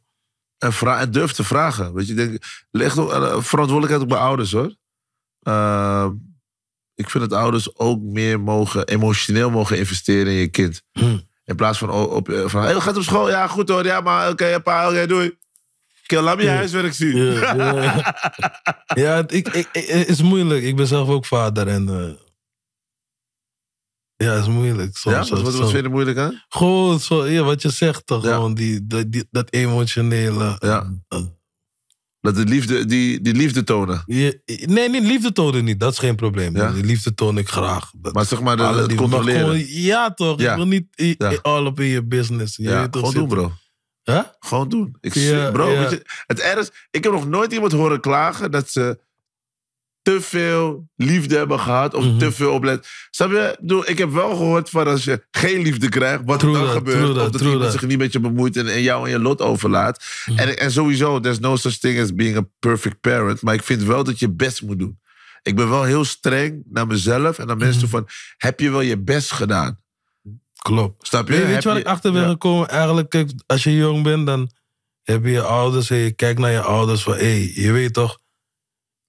H: En, vra- en durf te vragen. Weet je, ik denk, leg ook, eh, verantwoordelijkheid op mijn ouders hoor. Eh, ik vind dat ouders ook meer mogen, emotioneel mogen investeren in je kind.
B: Hm.
H: In plaats van o- op, eh, van: hey, gaat het op school? Ja, goed hoor. Ja, maar oké, pa, oké, doei. Kill, laat me je
B: Ja.
H: huiswerk zien.
B: Ja, ja. ja het ik, ik, ik- het is moeilijk. Ik ben zelf ook vader en. eh, ja, het is moeilijk. Soms, eh,
H: Ja, wat, wat, wat
B: soms.
H: vind je er moeilijk aan?
B: Gewoon zo, ja, wat je zegt toch?
H: Ja.
B: Gewoon die, dat- die, dat emotionele.
H: Ja. Dat de liefde, die, die liefde tonen.
B: Je- nee, nee, liefde tonen niet. Dat is geen probleem.
H: Ja?
B: Die liefde toon ik graag. Dat-
H: Maar zeg maar, de,
B: alle
H: het
B: liefde. Maar
H: controleren.
B: gewoon- ja, toch?
H: Ja.
B: Ik wil niet i-
H: Ja.
B: i- all up in je business. Je
H: Ja,
B: weet toch,
H: gewoon doen,
B: zitten.
H: bro.
B: Huh?
H: Gewoon doen. Ik
B: Ja,
H: zweer- bro,
B: ja.
H: weet je, het ergst, ik heb nog nooit iemand horen klagen dat ze te veel liefde hebben gehad of
B: Mhm.
H: te veel oplet. Snap je? Ik bedoel, ik heb wel gehoord van als je geen liefde krijgt, wat er
B: True
H: dan
B: that,
H: gebeurt.
B: true
H: Of
B: that,
H: dat
B: true
H: iemand
B: that.
H: zich niet met je bemoeit en, en jou en je lot overlaat.
B: Mhm.
H: En, en sowieso, there's no such thing as being a perfect parent. Maar ik vind wel dat je best moet doen. Ik ben wel heel streng naar mezelf en naar mensen
B: Mhm.
H: toe van, heb je wel je best gedaan?
B: Klopt.
H: Snap je?
B: Weet, weet
H: Heb
B: je waar ik achter ben
H: Ja.
B: gekomen? Eigenlijk, kijk, als je jong bent, dan heb je je ouders en je kijkt naar je ouders van, hé, je weet toch,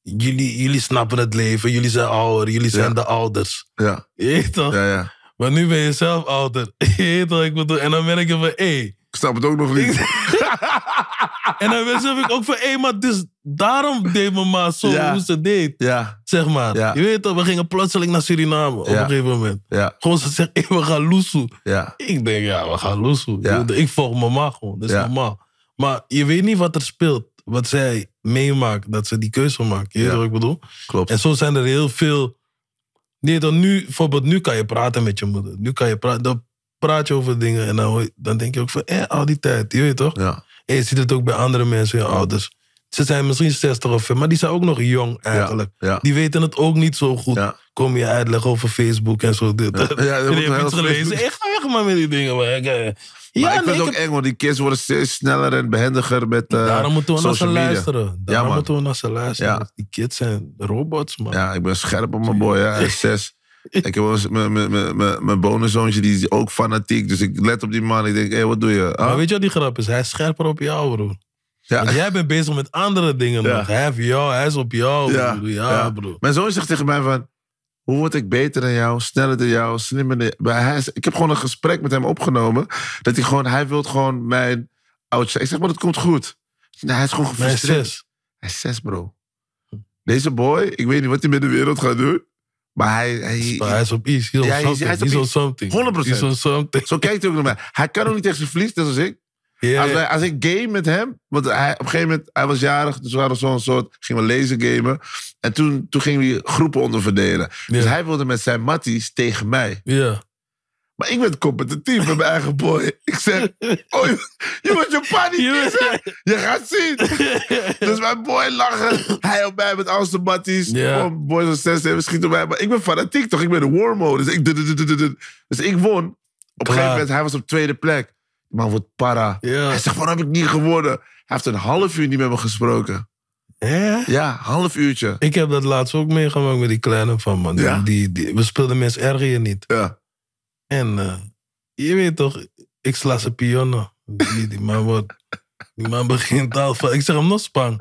B: jullie, jullie snappen het leven, jullie zijn ouder, jullie zijn de ouders.
H: Ja,
B: Je weet toch?
H: ja, ja.
B: Maar nu ben je zelf ouder. Je weet toch? Ik bedoel, en dan merk je van, hé.
H: Ik snap het ook nog niet.
B: En dan besef ik ook van, hé, maar dus daarom deed mijn ma zo
H: Ja.
B: hoe ze deed,
H: Ja,
B: zeg maar.
H: Ja.
B: Je weet toch, we gingen plotseling naar Suriname op
H: Ja.
B: een gegeven moment.
H: ja,
B: Gewoon ze zegt, hé, we gaan loesoe.
H: ja.
B: Ik denk, ja, we gaan loesoe.
H: Ja.
B: Ik bedoel, Ik volg mama gewoon, dat is
H: Ja.
B: normaal. Maar je weet niet wat er speelt, wat zij meemaakt, dat ze die keuze maakt. Je weet
H: Ja.
B: wat ik bedoel?
H: Klopt.
B: En zo zijn er heel veel Nee, dan nu, bijvoorbeeld, nu kan je praten met je moeder. Nu kan je praten. Dan praat je over dingen en dan, hoor je- dan denk je ook van, eh, al die tijd. Je weet toch?
H: Ja.
B: En je ziet het ook bij andere mensen, je ouders. Ze zijn misschien 60 of veel, maar die zijn ook nog jong eigenlijk.
H: ja.
B: Die weten het ook niet zo goed.
H: Ja.
B: Kom je uitleggen over Facebook en zo. Dit.
H: Ja, ja, dat
B: En
H: moet
B: je hebt
H: heel
B: iets gelezen.
H: Facebook-
B: Ik ga weg maar met die dingen. Maar ik, eh,
H: Maar
B: ja,
H: ik vind het
B: nee, ik
H: ook
B: heb-
H: eng, want die kids worden steeds sneller en behendiger met eh
B: Daarom moeten we naar ze
H: social media.
B: luisteren. Daarom
H: man.
B: moeten we naar ze luisteren.
H: Ja.
B: Die kids zijn robots, man.
H: Ja, ik ben scherp op mijn boy, hè. Hij is zes. Ik heb wel eens mijn- mijn- mijn- mijn mijn bonuszoontje, die is ook fanatiek. Dus ik let op die man. Ik denk, hé, wat doe je? Huh?
B: Maar weet je wat die grap is? Hij is scherper op jou, broer.
H: Oh. ja.
B: Want jij bent bezig met andere dingen
H: Ja.
B: nog. Hij heeft jou, hij is op jou,
H: Ja,
B: broer. Ja,
H: ja.
B: broer.
H: Mijn zoon zegt tegen mij van... Hoe word ik beter dan jou, sneller dan jou, slimmer dan Maar hij is- Ik heb gewoon een gesprek met hem opgenomen. Dat hij gewoon... Hij wil gewoon mijn oudste... Ik zeg maar, dat komt goed. Nee, hij is gewoon
B: Mijn
H: gefrustreerd.
B: zus.
H: Hij is zes, bro. Deze boy, ik weet niet wat hij met de wereld gaat doen. Maar hij... hij,
B: Maar hij is op iets. He's on
H: Ja, hij is-
B: something.
H: hij is op
B: He's on
H: iets.
B: something.
H: 100%.
B: He's on something.
H: zo kijkt hij ook naar mij. Hij kan ook niet tegen zijn verlies, net als ik.
B: Ja,
H: Als,
B: ja.
H: wij- als ik game met hem, want hij, op een gegeven moment, hij was jarig, dus we hadden zo'n soort, gingen we lezen gamen. En toen, toen gingen we groepen onderverdelen. Dus
B: Ja.
H: hij wilde met zijn matties tegen mij.
B: Ja.
H: Maar ik ben competitief met mijn eigen boy. Ik zeg, oh, je, je moet je party kiezen. Je gaat zien. Dus mijn boy lachen. Hij op mij met al zijn matties.
B: Ja.
H: Gewoon boys van zes hebben schieten op mij. Maar ik ben fanatiek toch? Ik ben de war mode. Dus ik, dut, dut, dut, dut, dut. dus ik won. Op een gegeven moment, hij was op tweede plek. Die man wordt para.
B: Ja.
H: Hij zegt, waarom heb ik niet gewonnen? Hij heeft een half uur niet met me gesproken.
B: Hè?
H: Ja, half uurtje.
B: Ik heb dat laatst ook meegemaakt met die kleine van man.
H: Ja.
B: Die, die, we speelden mensen erger je niet.
H: Ja.
B: En eh, je weet toch, ik sla ze pionnen. Die, die man wordt. Die man begint al van. Ik zeg hem nog spang.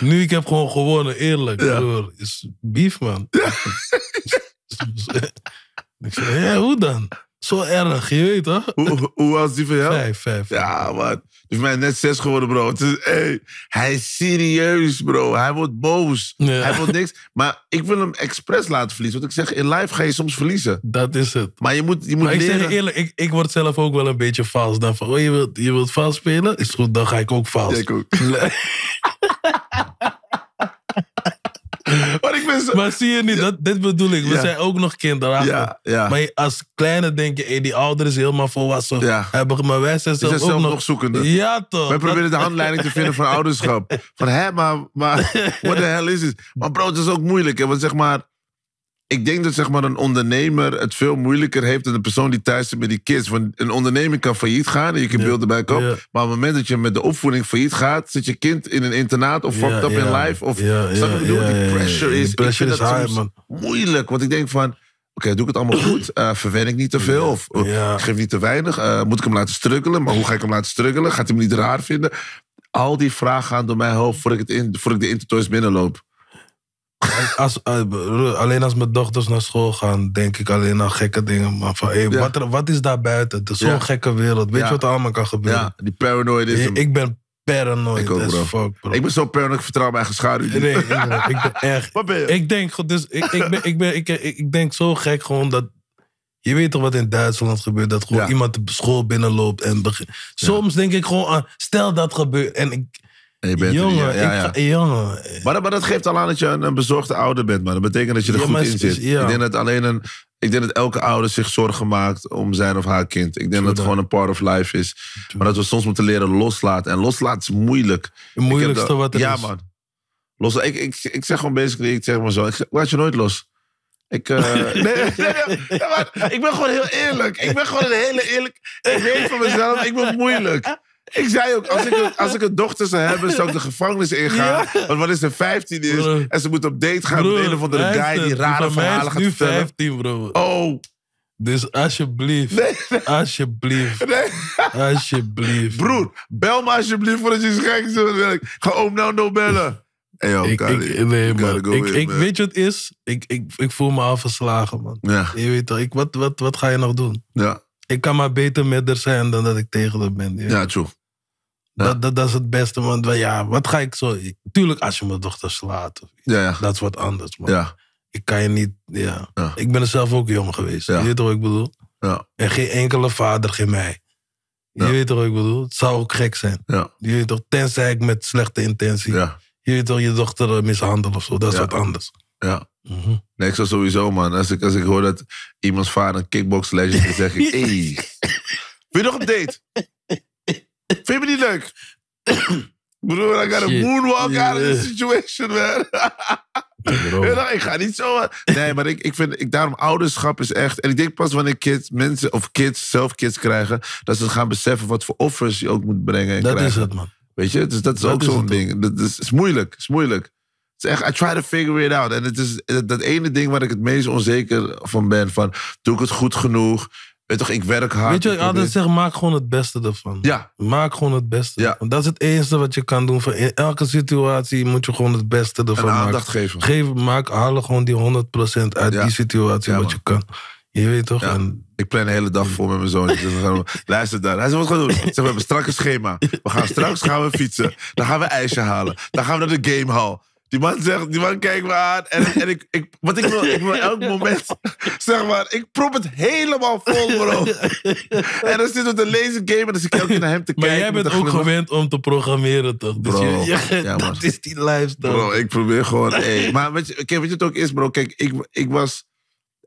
B: Nu ik heb gewoon gewonnen, eerlijk.
H: Ja.
B: Broer, is beef man. ik zeg, hé, hoe dan? Zo erg, je weet toch?
H: Hoe, hoe was die van jou?
B: Vijf, vijf.
H: Ja, man. Die is mij net zes geworden, bro. Het is, hey, hij is serieus, bro. Hij wordt boos.
B: Ja.
H: Hij wil niks. Maar ik wil hem expres laten verliezen. Want ik zeg, in live ga je soms verliezen.
B: Dat is het.
H: Maar je moet, je moet
B: Maar ik zeg
H: leren.
B: je eerlijk, ik, ik word zelf ook wel een beetje vals. Dan van, oh, je wilt, je wilt vals spelen? Is goed, dan ga ik ook vals.
H: Ja, ik ook. maar ik ben zo...
B: Maar zie je niet, dat, dit bedoel ik. We
H: Ja.
B: zijn ook nog kinderen.
H: ja, ja.
B: Maar je- als kleine denk je, hey, die ouder is helemaal volwassen.
H: Ja.
B: Hij beg- maar wij zijn zelf
H: zijn
B: ook
H: zelf
B: nog...
H: nog zoekende.
B: Ja, toch.
H: Wij
B: Dat-
H: proberen de handleiding te vinden voor ouderschap. Van hè, maar, maar what the hell is het? Maar bro, het is ook moeilijk. Hè? Want zeg maar, ik denk dat zeg maar, een ondernemer het veel moeilijker heeft dan de persoon die thuis zit met die kids. Want een onderneming kan failliet gaan en je kan beelden bij komen.
B: ja.
H: Maar op het moment dat je met de opvoeding failliet gaat, zit je kind in een internaat of
B: Ja,
H: fucked up in
B: ja.
H: life. Of, snap
B: Ja,
H: je wat
B: ja,
H: ik bedoel?
B: ja, ja,
H: die
B: ja.
H: pressure
B: Die
H: is, ik
B: pressure
H: vind
B: is
H: dat
B: high,
H: soms
B: man.
H: moeilijk. Want ik denk van, oké, doe ik het allemaal goed? Eh verwen ik niet te veel? Of eh,
B: Ja.
H: ik geef niet te weinig? Eh, moet ik hem laten struggelen? Maar hoe ga ik hem laten struggelen? Gaat hij me niet raar vinden? Al die vragen gaan door mijn hoofd voor ik, het in, voor ik de intertoys binnenloop.
B: Als, eh, broer, alleen als mijn dochters naar school gaan, denk ik alleen aan gekke dingen. Maar van, hey,
H: Ja.
B: wat, er- wat is daar buiten? Het is zo'n
H: Ja.
B: gekke wereld. Weet
H: Ja.
B: je wat er allemaal kan gebeuren?
H: Ja, die paranoïde is
B: Hey,
H: hem. ik,
B: Ik ben paranoid
H: Ik ook,
B: as
H: bro.
B: fuck, bro.
H: ben zo paranoid, ik vertrouw mijn eigen schaduw niet.
B: Nee, inderdaad, ik ben echt...
H: Wat ben je?
B: Ik denk, goed, dus ik, ik, ben, ik, ben, ik, ik, ik denk zo gek gewoon dat. Je weet toch wat in Duitsland gebeurt? Dat gewoon
H: Ja.
B: iemand de school binnenloopt en begint. Soms denk ik gewoon aan, stel dat gebeurt. En ik,
H: En je bent er niet,
B: jongen,
H: ja, ja, ja.
B: ik ga, jongen.
H: Maar, maar dat geeft al aan dat je een, een bezorgde ouder bent, man. Dat betekent dat je er
B: Ja, maar
H: goed in
B: het is-
H: zit.
B: ja.
H: Ik denk dat alleen een. Ik denk dat elke ouder zich zorgen maakt om zijn of haar kind. Ik denk dat het
B: dat.
H: gewoon een part of life is. Maar dat we soms moeten leren loslaten. En loslaten is moeilijk. Ik
B: Het
H: heb
B: moeilijkste
H: dat-
B: wat er
H: ja,
B: is.
H: man. Los, ik, ik, ik zeg gewoon basically, ik zeg maar zo. Ik zeg, laat je nooit los. Ik, eh, nee, nee, nee, maar ik ben gewoon heel eerlijk. Ik ben gewoon een hele eerlijk. Ik weet van mezelf, ik ben moeilijk. Ik zei ook, als ik, een- als ik een dochter zou hebben, zou ik de gevangenis ingaan. Want wat is ze 15 is
B: Broer.
H: en ze moet op date gaan met een of andere guy die rare verhalen gaat
B: nu
H: vertellen.
B: 15, bro.
H: Oh,
B: Dus alsjeblieft. Alsjeblieft.
H: nee.
B: Alsjeblieft.
H: Broer, bel me alsjeblieft voordat je iets geks doet. Ik Ga oom Nando bellen. Hey, yo,
B: Ik,
H: Kali,
B: ik, nee,
H: Oh, you gotta
B: man.
H: go
B: Ik,
H: in,
B: ik,
H: man.
B: weet je wat het is? Ik, ik, ik voel me al verslagen, man.
H: Ja,
B: Je weet toch, ik, wat, wat, wat ga je nog doen?
H: ja,
B: Ik kan maar beter met er zijn dan dat ik tegen haar ben.
H: ja, true. ja.
B: Dat, dat, dat is het beste, want wel, ja, wat ga ik zo... Tuurlijk, als je mijn dochter slaat, of-
H: Ja, ja.
B: dat is wat anders. Man.
H: Ja,
B: Ik kan je niet... Ja.
H: Ja.
B: Ik ben er zelf ook jong geweest.
H: Ja.
B: Je weet toch wat ik bedoel?
H: ja,
B: En geen enkele vader, geen mij. Je
H: Ja.
B: weet toch wat ik bedoel? Het zou ook gek zijn.
H: ja,
B: Je weet toch, tenzij ik met slechte intentie...
H: ja,
B: Je weet toch, je dochter eh, mishandelen of zo. Dat is
H: Ja.
B: wat anders. Mhm.
H: ja. Nee, ik zou sowieso, man. Als ik, als ik hoor dat iemands vader een kickbox legend is, zeg ik... Ey. Wil je nog een date? Vind je me niet leuk? Broer, I got a
D: Shit.
H: moonwalk out of this
B: Yeah.
H: situation, man.
B: Bro.
H: Ja, nou, ik ga niet zo. eh. Nee, maar ik, ik vind, ik, daarom ouderschap is echt. En ik denk pas wanneer kids, mensen of kids zelf kids krijgen, dat ze gaan beseffen wat voor offers je ook moet brengen. En
B: Dat is
H: krijgen.
B: het, man.
H: Weet je, dus dat is
B: Dat
H: ook
B: is
H: zo'n
B: het ook.
H: ding. Dat is, is moeilijk, is moeilijk. Het is echt, I try to figure it out. En het is dat, dat ene ding waar ik het meest onzeker van ben: van, doe ik het goed genoeg? Weet toch, ik werk hard.
B: Weet je wat ik
H: probeer-
B: altijd zeg? Maak gewoon het beste ervan.
H: Ja,
B: Maak gewoon het beste.
H: Ja.
B: ervan. Dat is het enige wat je kan doen. Voor in elke situatie moet je gewoon het beste
H: en
B: ervan maken.
H: aandacht geven.
B: Geef, maak, haal er gewoon die 100% uit
H: Ja.
B: die situatie
H: Ja,
B: wat
H: man.
B: je kan. Je weet toch?
H: Ja.
B: En
H: Ik plan de hele dag voor met mijn zoon. Dus we gaan- luister daar. Hij zei, wat gaan we doen? Ik Zeg, we hebben strak een schema. We gaan straks gaan we fietsen. Dan gaan we ijsje halen. Dan gaan we naar de gamehall. Die man zegt, die man kijkt me aan. En, en ik, ik, wat ik wil, ik wil elk moment, zeg maar, ik prop het helemaal vol, bro. En dan zit we te lezen game en dan zit ik elke keer naar hem te
B: maar
H: kijken.
B: jij
H: met
B: bent
H: een
B: ook
H: glimlach.
B: gewend om te programmeren, toch? Dus
H: Bro.
B: je- je-
H: Ja, man.
B: dat is die lifestyle.
H: Bro, ik probeer gewoon. Ey. Maar weet je, kijk, weet je wat het ook is, bro? Kijk, ik, ik was,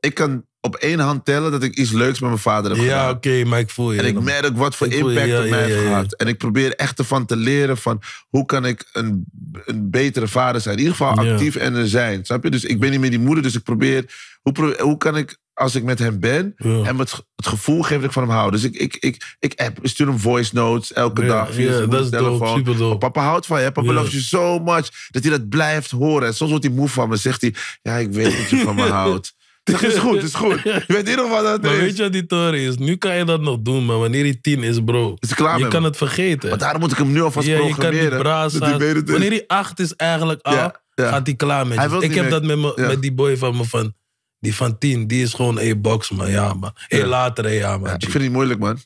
H: ik kan op één hand tellen dat ik iets leuks met mijn vader heb gedaan.
B: ja, oké, maar ik voel je.
H: En ik
B: man.
H: merk wat voor
B: Ik voel je,
H: impact
B: ja,
H: op mij
B: ja,
H: heeft
B: ja, ja.
H: gehad. En ik probeer echt ervan te leren van hoe kan ik een, een betere vader zijn. In ieder geval
B: Ja.
H: actief en er zijn. Snap je? Dus ik ben niet meer die moeder. Dus ik probeer, hoe, pro- hoe kan ik als ik met hem ben,
B: Ja.
H: hem het, ge- het gevoel geven dat ik van hem hou. Dus ik, ik, ik, ik, app, ik stuur hem voice notes elke
B: Ja,
H: dag via
B: ja,
H: zijn
B: dat is dope,
H: telefoon.
B: super dope.
H: Papa houdt van je. Papa
B: Ja.
H: belooft je so much dat hij dat blijft horen. En soms wordt hij moe van me. Zegt hij, ja, ik weet dat je van me houdt. Ik Zeg, het is goed, het is goed. Je weet in ieder geval dat het
B: Maar
H: is.
B: weet je wat die toren is? Nu kan je dat nog doen, maar wanneer hij tien is, bro.
H: Is hij klaar
B: je
H: met
B: kan
H: me?
B: het vergeten.
H: Maar daarom moet ik hem nu alvast
B: Ja, Eh, je kan
H: programmeren.
B: die braas
H: dat hij weet het is.
B: Wanneer die acht is eigenlijk af,
H: Ja, ja.
B: gaat hij klaar met
H: Hij
B: je.
H: wil
B: Ik
H: niet
B: heb
H: meer.
B: dat met, me,
H: Ja.
B: met die boy van me van... Die van tien, die is gewoon, hey, box man, ja man. Hé,
H: Ja.
B: later, hé, ja
H: Ja,
B: man.
H: ik vind het moeilijk, man.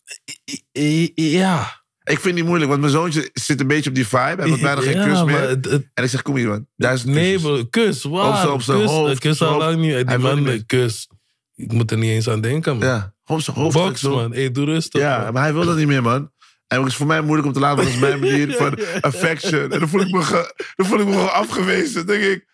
B: I- i- Ja.
H: Ik vind het niet moeilijk, want mijn zoontje zit een beetje op die vibe. Hij wil bijna geen
B: Ja,
H: kus
B: maar
H: meer.
B: het- het-
H: En ik zeg, kom hier, man. Duizend
B: Nee,
H: kusjes.
B: bro, kus,
H: Op
B: waar?
H: z'n- op z'n
B: kus, eh,
H: hoofd,
B: kus
H: op z'n
B: al lang niet. Hey,
H: Hij
B: Die
H: wil
B: man,
H: niet meer.
B: kus. Ik moet er niet eens aan denken, man.
H: Ja, op zijn hoofd.
B: box
H: zo.
B: man, hey, doe rustig.
H: Ja,
B: man.
H: maar hij wil dat niet meer, man. En het is voor mij moeilijk om te laten, want dat is mijn manier van affection. En dan voel ik me, ge- dan voel ik me gewoon afgewezen. Dan denk ik,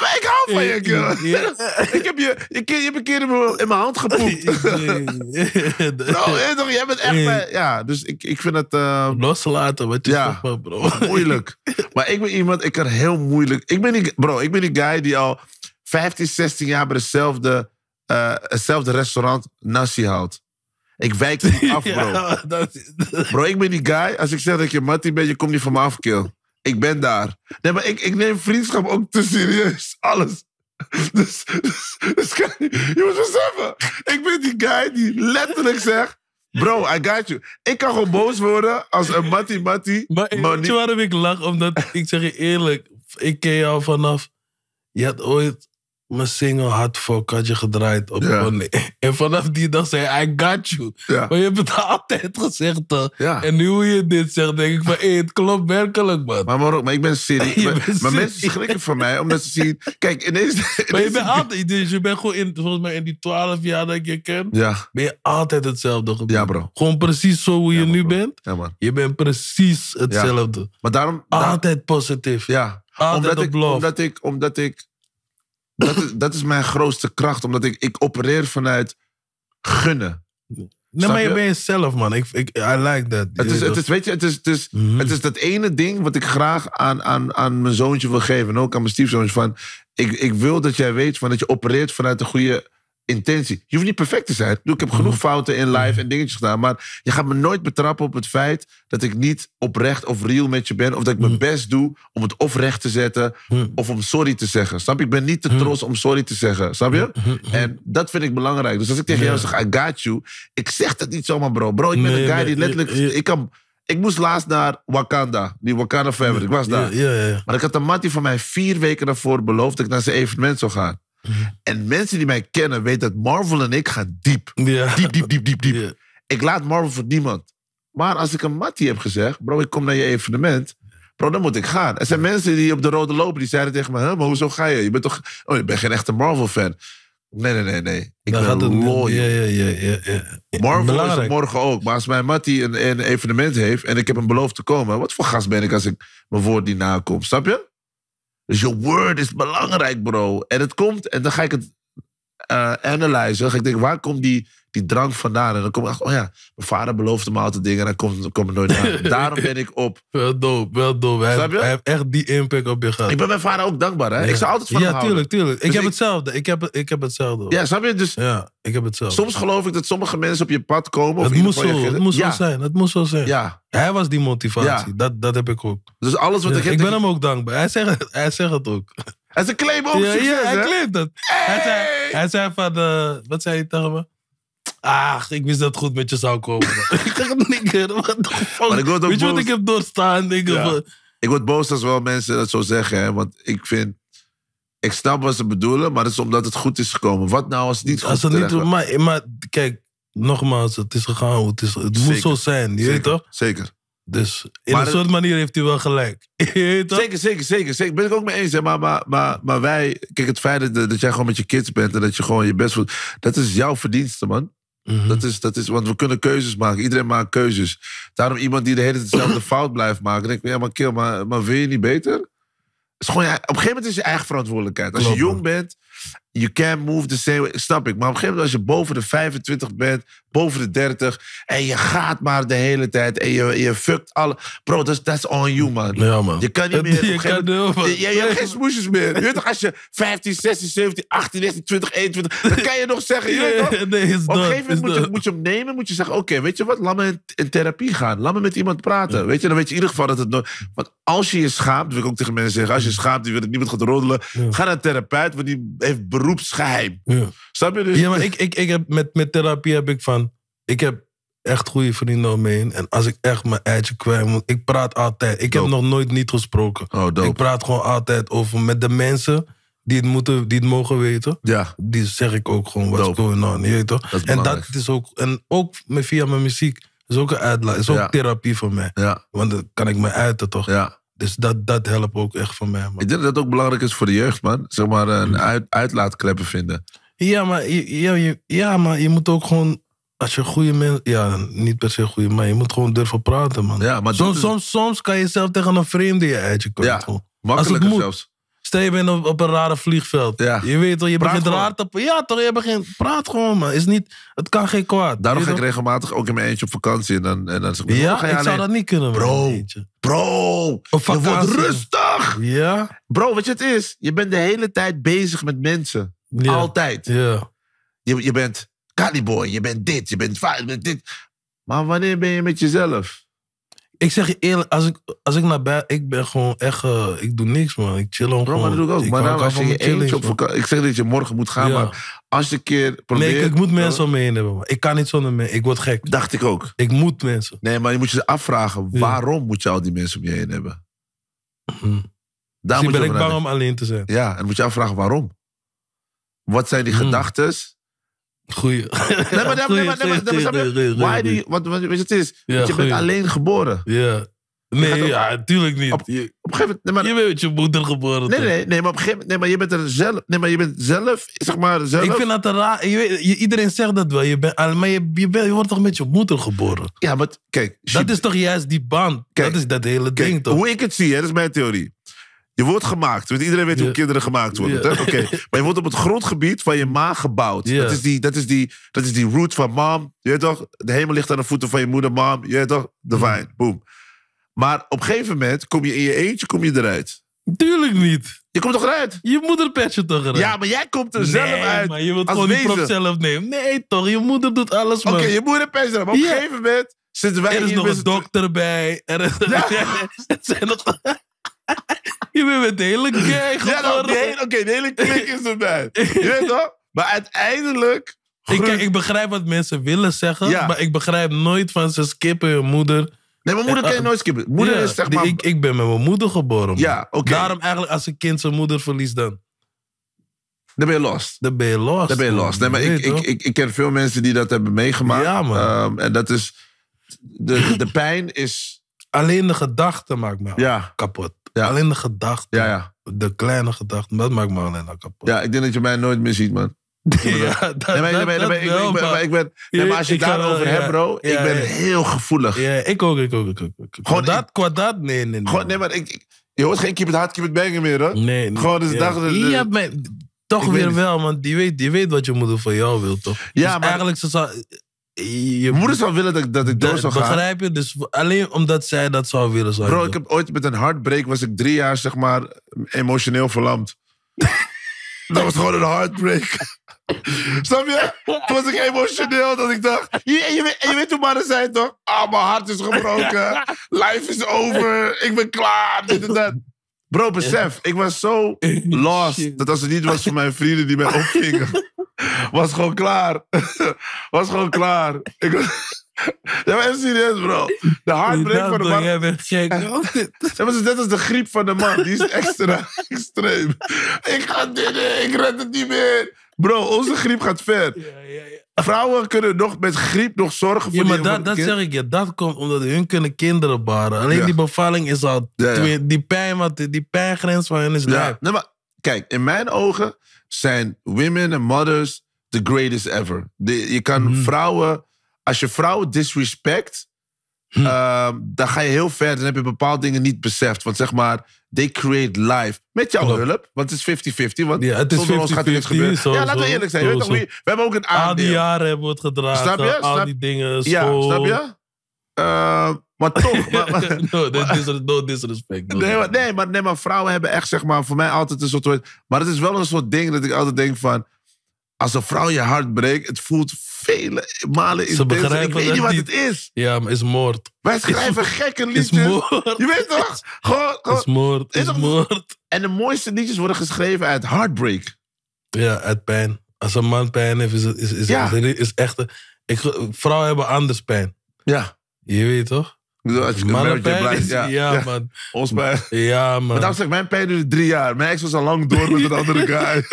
H: maar ik hou van je, kerel.
B: Ja.
H: Ik heb je, je, keer- je hebt een keer in mijn, in mijn hand gepoept. Bro, eh, toch, jij bent echt... mijn- Ja, dus ik, ik vind het... eh,
B: Loslaten wat je
H: Ja.
B: zegt, man, bro.
H: moeilijk. Maar ik ben iemand, ik kan heel moeilijk. Ik ben die, bro, ik ben die guy die al 15, 16 jaar bij hetzelfde, eh, hetzelfde restaurant nasi houdt. Ik wijk er niet af, bro.
B: Ja, dat is-
H: Bro, ik ben die guy, als ik zeg dat ik je mattie bent, je komt niet van me af, kill. Ik ben daar. Nee, maar ik, ik neem vriendschap ook te serieus. Alles. Dus, dus, dus kan- je moet beseffen. Ik ben die guy die letterlijk zegt... Bro, I got you. Ik kan gewoon boos worden als een mattie mattie...
B: Maar ik-
H: maar
B: weet je
H: niet-
B: waarom ik lach? Omdat, ik zeg je eerlijk, ik ken jou vanaf... Je had ooit mijn single Hard Fuck had je gedraaid op
H: Ja.
B: Bonnie. En vanaf die dag zei je, I got you.
H: Ja.
B: Maar je hebt het altijd gezegd, toch?
H: Ja.
B: En nu hoe je dit zegt, denk ik van, hé, het klopt werkelijk, man. Maar,
H: Maar, maar, ook- maar ik ben serieus.
B: Je
H: maar
B: bent
H: maar
B: serieus.
H: mensen schrikken van mij omdat ze zien. Kijk, ineens.
B: je
H: ineens-
B: bent altijd, dus je bent gewoon in, volgens mij in die twaalf jaar dat ik je ken,
H: Ja,
B: ben je altijd hetzelfde gebleven.
H: Ja, bro.
B: Gewoon precies zo hoe je nu bent.
H: ja, man.
B: Je bent precies hetzelfde.
H: Maar daarom. daar-
B: Altijd positief.
H: ja,
B: Altijd
H: omdat
B: op
H: ik,
B: love.
H: omdat ik. Omdat ik dat, is, dat is mijn grootste kracht. Omdat ik, ik opereer vanuit gunnen.
B: Nee, Nou, maar
H: Snap
B: je
H: je?
B: bent jezelf, man. Ik, ik, I like that.
H: Het is,
B: Je weet
H: het
B: toch?
H: is, weet je, het is, het, is,
B: Mhm.
H: het is dat ene ding wat ik graag aan, aan, aan mijn zoontje wil geven. En ook aan mijn stiefzoontje. Van, ik, ik wil dat jij weet van, dat je opereert vanuit een goede intentie. Je hoeft niet perfect te zijn. Ik bedoel, Ik heb genoeg fouten in live en dingetjes gedaan. Maar je gaat me nooit betrappen op het feit dat ik niet oprecht of real met je ben. Of dat ik mijn best doe om het of recht te zetten
B: Hm.
H: of om sorry te zeggen. Snap je? Ik ben niet te trots om sorry te zeggen. Snap je? En dat vind ik belangrijk. Dus als ik tegen jou zeg, I got you. Ik zeg dat niet zomaar, bro. Bro, ik ben
B: Nee,
H: een guy
B: nee,
H: die letterlijk...
B: je- je-
H: Ik, kan, ik moest laatst naar Wakanda. Die Wakanda Fabric. Ik was daar.
B: Ja, ja, ja.
H: Maar ik had een mattie van mij vier weken daarvoor beloofd dat ik naar zijn evenement zou gaan.
B: Mhm.
H: En mensen die mij kennen weten dat Marvel en ik gaan diep.
B: Ja.
H: Diep, diep, diep, diep, diep.
B: Ja.
H: Ik laat Marvel voor niemand. Maar als ik een mattie heb gezegd, bro, ik kom naar je evenement. Bro, dan moet ik gaan. Er zijn mensen die op de rode lopen, die zeiden tegen me, "Hè, maar hoezo ga je? Je bent toch, oh, je bent geen echte Marvel-fan. Nee, nee, nee, nee. Ik
B: Dan gaat het
H: ben
B: niet.
H: loyal.
B: Ja, ja, ja, ja, ja. ja.
H: Marvel is
B: Belangrijk.
H: het morgen ook. Maar als mijn Mattie een, een evenement heeft en ik heb hem beloofd te komen, wat voor gast ben ik als ik mijn woord niet nakom? Snap je? Dus je word is belangrijk, bro. En het komt, en dan ga ik het eh analysen. Dan ga ik denken, waar komt die, die drang vandaan? En dan kom ik achter, oh ja, mijn vader beloofde me altijd dingen en dan komt kom het nooit aan. Daarom ben ik op.
B: Wel dope, wel dope. Hij,
H: Snap je?
B: hij heeft echt die impact op je gehad.
H: Ik ben mijn vader ook dankbaar, hè? Ik zou altijd van
B: ja,
H: hem houden.
B: tuurlijk, tuurlijk. ik
H: Dus
B: heb
H: ik-
B: hetzelfde. Ik heb, ik heb hetzelfde. hoor.
H: Ja, snap je? Dus
B: ja, ik heb hetzelfde.
H: soms geloof ik dat sommige mensen op je pad komen. Of
B: het
H: in ieder
B: moest,
H: geval
B: zo,
H: je-
B: het moest
H: ja,
B: zo zijn. Het moest zo zijn.
H: Ja,
B: Hij was die motivatie.
H: Ja.
B: Dat, dat heb ik ook.
H: dus alles wat
B: Ja,
H: ik heb...
B: ik ben hem ook dankbaar. Hij zegt, het- hij zegt het ook.
H: En ze claimen ook
B: ja,
H: Oh, succes,
B: ja, hij
H: hè?
B: claimt dat. Hij, zei, hij zei van, eh, wat zei je tegen me? Ach, ik wist dat het goed met je zou komen. ik dacht, nigger, wat de fuck?
H: Maar ik word ook
B: Weet je wat
H: boos.
B: ik heb eh, doorstaan, nigger?
H: Ja.
B: Van-
H: Ik word boos als wel mensen dat zo zeggen, hè? Want ik vind... Ik snap wat ze bedoelen, maar dat is omdat het goed is gekomen. Wat nou als het niet goed
B: Als het
H: terecht
B: niet,
H: was?
B: maar, maar kijk, nogmaals, het is gegaan hoe het is. Het moet
H: Zeker.
B: zo zijn, je weet
H: Zeker,
B: toch?
H: Zeker.
B: Dus in
H: Maar
B: een
H: het-
B: soort manier heeft hij wel gelijk. Je weet toch?
H: Zeker, zeker, zeker, zeker. Ben ik ook mee eens. Hè? Maar, maar, maar, maar wij, kijk, het feit dat, dat jij gewoon met je kids bent en dat je gewoon je best doet, dat is jouw verdienste, man.
B: Mhm.
H: Dat is, dat is, want we kunnen keuzes maken. Iedereen maakt keuzes. Daarom iemand die de hele tijd dezelfde fout blijft maken. denk ik, ja, maar kill, maar, maar wil je niet beter? Het is gewoon, je- op een gegeven moment is het je eigen verantwoordelijkheid. Als je
B: Klopt,
H: jong
B: man.
H: bent, you can move the same way. Snap ik. Maar op een gegeven moment, als je boven de 25 bent, boven de 30, en je gaat maar de hele tijd en je, je fuckt alle. Bro, dat is- that's on you, man.
B: Ja, man.
H: Je kan niet meer. op een
B: Je
H: gegeven
B: kan
H: moment-
B: niet meer.
H: Ja, je hebt geen smoesjes meer. Je weet toch, als je 15, 16, 17, 18, 19, 20, 21... dan kan je nog zeggen, je weet toch?
B: Ja, nee, is
H: Op een
B: dood,
H: gegeven
B: is
H: moment moet je,
B: dood.
H: moet je hem nemen. Moet je zeggen, oké, weet je wat? Laat me in, in therapie gaan. Laat me met iemand praten. Weet je, dan weet je in ieder geval dat het... nooit- Want als je je schaamt, wil ik ook tegen mensen zeggen... als je je schaamt, die wil dat niemand gaat roddelen...
B: Ja.
H: ga naar een therapeut, want die heeft beroepsgeheim.
B: Ja.
H: Snap je? Dus,
B: Ja, maar ik, ik, ik heb met, met therapie heb ik van. Ik heb echt goede vrienden omheen. En als ik echt mijn eitje kwijt moet. Ik praat altijd. Ik heb
H: Dope.
B: nog nooit niet gesproken.
H: Oh, dope.
B: Ik praat gewoon altijd over met de mensen die het, moeten, die het mogen weten.
H: Ja,
B: Die zeg ik ook gewoon what's
H: Dope.
B: going on. Je weet toch?
H: is
B: en dat
H: belangrijk.
B: is ook. En ook met, via mijn muziek. Is ook een uitlaat. Is ook
H: Ja.
B: therapie voor mij.
H: ja,
B: Want dan kan ik me uiten toch?
H: ja.
B: Dus dat, dat helpt ook echt voor mij. Man.
H: Ik denk dat dat ook belangrijk is voor de jeugd, man. Zeg maar, een uit, uitlaatkleppen vinden.
B: Ja, maar je, ja, je, ja, maar je moet ook gewoon. Als je goede mensen. Ja, niet per se goede, maar je moet gewoon durven praten, man.
H: Ja, maar dat
B: soms,
H: is
B: soms, soms kan je zelf tegen een vreemde je eitje kwijt.
H: Ja.
B: gewoon.
H: makkelijker
B: moet.
H: zelfs.
B: Stel je bent op, op een rare vliegveld.
H: Ja.
B: Je weet toch, je
H: Praat
B: begint
H: gewoon.
B: raar te. Ja, toch, je begint. Praat gewoon, man. Is niet, het kan geen kwaad.
H: Daarom
B: Je
H: ga ik
B: weet
H: regelmatig ook in mijn eentje op vakantie. En dan, en dan zeg ik, "Oh,
B: toch? Ja,
H: ga je
B: ik zou
H: alleen?"
B: dat niet kunnen, man.
H: Bro.
B: Jeetje.
H: Bro,
B: Op
H: je wordt
B: vakantie.
H: rustig.
B: Ja?
H: Bro, weet je wat het is? Je bent de hele tijd bezig met mensen.
B: Ja.
H: Altijd.
B: Ja.
H: Je, je bent caliboy, je bent dit, je bent va- je bent dit. Maar wanneer ben je met jezelf?
B: Ik zeg je eerlijk, als ik, als ik naar bij, ik ben gewoon echt, eh, ik doe niks man. Oh, Ik chill gewoon.
H: Bro, maar dat doe ik ook. maar
B: hou
H: daarom, als je
B: van
H: je
B: mijn chillings,
H: eentje op
B: man.
H: vakantie... Ik zeg niet dat je morgen moet gaan,
B: Ja.
H: maar als je een keer probeert...
B: Nee, ik, ik moet mensen om me heen hebben. Man. Ik kan niet zonder mensen. Ik word gek.
H: Dacht ik ook.
B: Ik moet mensen.
H: Nee, maar je moet je afvragen,
B: Ja.
H: waarom moet je al die mensen om je heen hebben?
B: Hm.
H: Daar
B: Misschien
H: moet
B: ben
H: je
B: ik
H: over
B: bang
H: nadenken.
B: om alleen te zijn.
H: Ja, en dan moet je afvragen waarom. Wat zijn die
B: Hmm.
H: gedachtes?
B: Goeie.
H: Nee, maar, nee, maar- nee, maar- nee, maar- nee, maar- snap je? Why do you- want- want weet je wat het is?
B: Ja,
H: Want je bent
B: goeie.
H: alleen geboren.
B: Ja.
H: gaat
B: Nee,
H: ook-
B: ja, tuurlijk niet.
H: Op-
B: je,
H: Op een gegeven moment... Nee, maar,
B: je bent met je moeder geboren.
H: Nee,
B: toch?
H: nee, nee, maar op een gegeven moment, nee, maar je bent er zelf, nee, maar je bent zelf, zeg maar, zelf.
B: Ik vind dat een raar. Je weet, je- iedereen zegt dat wel. Je bent, al- maar je, je, bent, je wordt toch met je moeder geboren?
H: ja, maar t- kijk,
B: Dat
H: Shib-
B: is toch juist die band?
H: Kijk,
B: dat is dat hele
H: kijk,
B: ding toch?
H: hoe ik het zie, hè, dat is mijn theorie. Je wordt gemaakt, want iedereen weet hoe
B: Ja.
H: kinderen gemaakt worden.
B: Ja.
H: hè? Oké, Maar je wordt op het grondgebied van je ma gebouwd.
B: Ja.
H: Dat, is die, dat, is die, dat is die root van mom. Je weet toch, de hemel ligt aan de voeten van je moeder, mom. Je weet toch, divine, boom. Maar op een gegeven moment kom je in je eentje kom je eruit.
B: Tuurlijk niet.
H: Je komt toch eruit?
B: Je moeder pet je toch eruit?
H: Ja, maar jij komt er
B: Nee,
H: zelf uit.
B: maar je wilt
H: als
B: gewoon die prop
H: wezen.
B: zelf nemen. Nee toch, je moeder doet alles man.
H: Oké, je moeder pest erop. Maar op
B: Ja.
H: een gegeven moment zitten wij
B: Er is
H: hier
B: nog
H: met
B: een
H: z'n
B: dokter bij. Er is,
H: Ja.
B: het zijn nog... je bent met de hele gang
H: Ja, nou, die
B: geworden.
H: hele- oké, de hele klik is erbij. Je weet toch? Maar uiteindelijk.
B: ik,
H: groeit-
B: kijk, ik begrijp wat mensen willen zeggen,
H: Ja.
B: maar ik begrijp nooit van ze skippen hun moeder.
H: nee, mijn moeder kan je nooit skippen. Moeder
B: Eh, Ja,
H: is zeg
B: die-
H: maar.
B: ik, ik ben met mijn moeder geboren. man.
H: Ja, oké.
B: Daarom eigenlijk, als een kind zijn moeder verliest, dan,
H: Dan ben je lost.
B: dan ben je lost.
H: Dan ben je
B: man.
H: lost. Nee, maar ik,
B: Weet
H: ik,
B: toch?
H: ik, ik ken veel mensen die dat hebben meegemaakt.
B: Ja, man.
H: Ehm, en dat is. De, de pijn is.
B: Alleen de gedachte maakt me
H: Ja,
B: kapot.
H: Ja.
B: Alleen de gedachte.
H: ja, ja.
B: De kleine gedachte, dat maakt me alleen al kapot.
H: Ja, ik denk dat je mij nooit meer ziet, man.
B: Ja, dat,
H: Nee, maar- nee,
B: dat-
H: maar- nee,
B: dat
H: maar ik-
B: wel,
H: ik ben-
B: maar-
H: maar ik ben- nee, maar als je
B: Ik
H: het
B: kan wel,
H: daarover
B: ja.
H: hebt, bro, ik
B: Ja,
H: ben
B: ja.
H: heel gevoelig.
B: Ja, ik ook, ik ook, ik ook. ik ook.
H: Gewoon
B: Qua dat, qua dat, nee, nee, nee.
H: Gewoon, nee, maar ik, ik, Je hoort geen Keep It Hard, Keep It Banging meer, hè?
B: Nee, nee.
H: Gewoon, dus
B: ja.
H: dag- de- de-
B: Ja, maar toch
H: Ik weet
B: weer
H: het.
B: wel, want die weet, die weet wat je moeder van jou wil, toch?
H: Ja,
B: Dus
H: maar-
B: eigenlijk, ze zou... Je, je-
H: Mijn moeder zou willen dat, ik- dat ik door
B: dat-
H: zou gaan.
B: Begrijp je? Dus alleen omdat zij dat zou willen, zou
H: Bro,
B: je
H: ik
B: doen.
H: heb ooit met een heartbreak was ik drie jaar, zeg maar, emotioneel verlamd. dat was gewoon een heartbreak. Snap je? Toen was ik emotioneel dat ik dacht... Je, je, weet- je weet hoe mannen zijn, toch? Ah, mijn hart is gebroken. Life is over. Ik ben klaar. Dit en dat. Bro, besef. Ik was zo lost. Dat als het niet was voor mijn vrienden die mij opvingen... Was gewoon klaar. Was gewoon klaar. Ik was... Ja, maar even serieus, bro. De heartbreak van de
B: man.
H: man
B: Jij bent gek.
H: ja, maar het is net als de griep van de man. Die is extra extreem. Ik ga dit, eh, ik red het niet meer. Bro, onze griep gaat ver. Vrouwen kunnen nog met griep nog zorgen voor
B: Ja, maar
H: die-
B: dat, dat zeg ik je. Dat komt omdat hun kunnen kinderen baren. Alleen
H: Ja.
B: die bevalling is al...
H: Ja, ja.
B: twee- die, pijn, wat, die pijngrens van hen is
H: Ja,
B: daar.
H: nee, maar kijk, in mijn ogen zijn women en mothers the greatest ever. De- je kan
B: Mhm.
H: vrouwen, als je vrouwen disrespect,
B: Mhm.
H: ehm, dan ga je heel ver. Dan heb je bepaalde dingen niet beseft. Want zeg maar, they create life. Met jouw
B: Klopt.
H: hulp, want het is 50-50. Want
B: Ja, het is
H: zonder ons gaat er niks
B: 50-50,
H: gebeuren. ja,
B: sowieso,
H: laten we eerlijk zijn. Je weet toch,
B: sowieso.
H: wie- we hebben ook een
B: Al die
H: aandeel.
B: jaren hebben we het gedragen.
H: Snap je?
B: Al
H: Snap-
B: die dingen.
H: Ja,
B: school.
H: snap je? Ehm, maar toch. maar- maar-
B: no, dat is no disrespect. no
H: Nee maar, nee, maar, nee, maar vrouwen hebben echt, zeg maar, voor mij altijd een soort. Maar het is wel een soort ding dat ik altijd denk van. Als een vrouw je hart breekt, het voelt vele malen
B: Ze
H: intens. en Ik
B: begrijpen
H: weet
B: dat
H: niet wat
B: niet.
H: het is.
B: Ja, maar is moord.
H: Wij schrijven gekke
B: Is
H: liedjes. Je
B: moord.
H: weet toch? Gewoon,
B: Is
H: gewoon-
B: moord.
H: Is
B: Is
H: toch-
B: moord.
H: En de mooiste liedjes worden geschreven uit heartbreak.
B: Ja, uit pijn. Als een man pijn heeft, is het is, is,
H: Ja.
B: is, is echt... een- Ik, ge- vrouwen hebben anders pijn.
H: Ja.
B: Je weet toch?
H: Als je Mary J.
B: Mannenpijn
H: Blige,
B: is... Ja,
H: ja, ja.
B: man.
H: Ons bij.
B: Ja,
H: Maar
B: man.
H: daarom zeg ik, mijn pijn duurde drie jaar. Mijn ex was al lang door met een andere guy.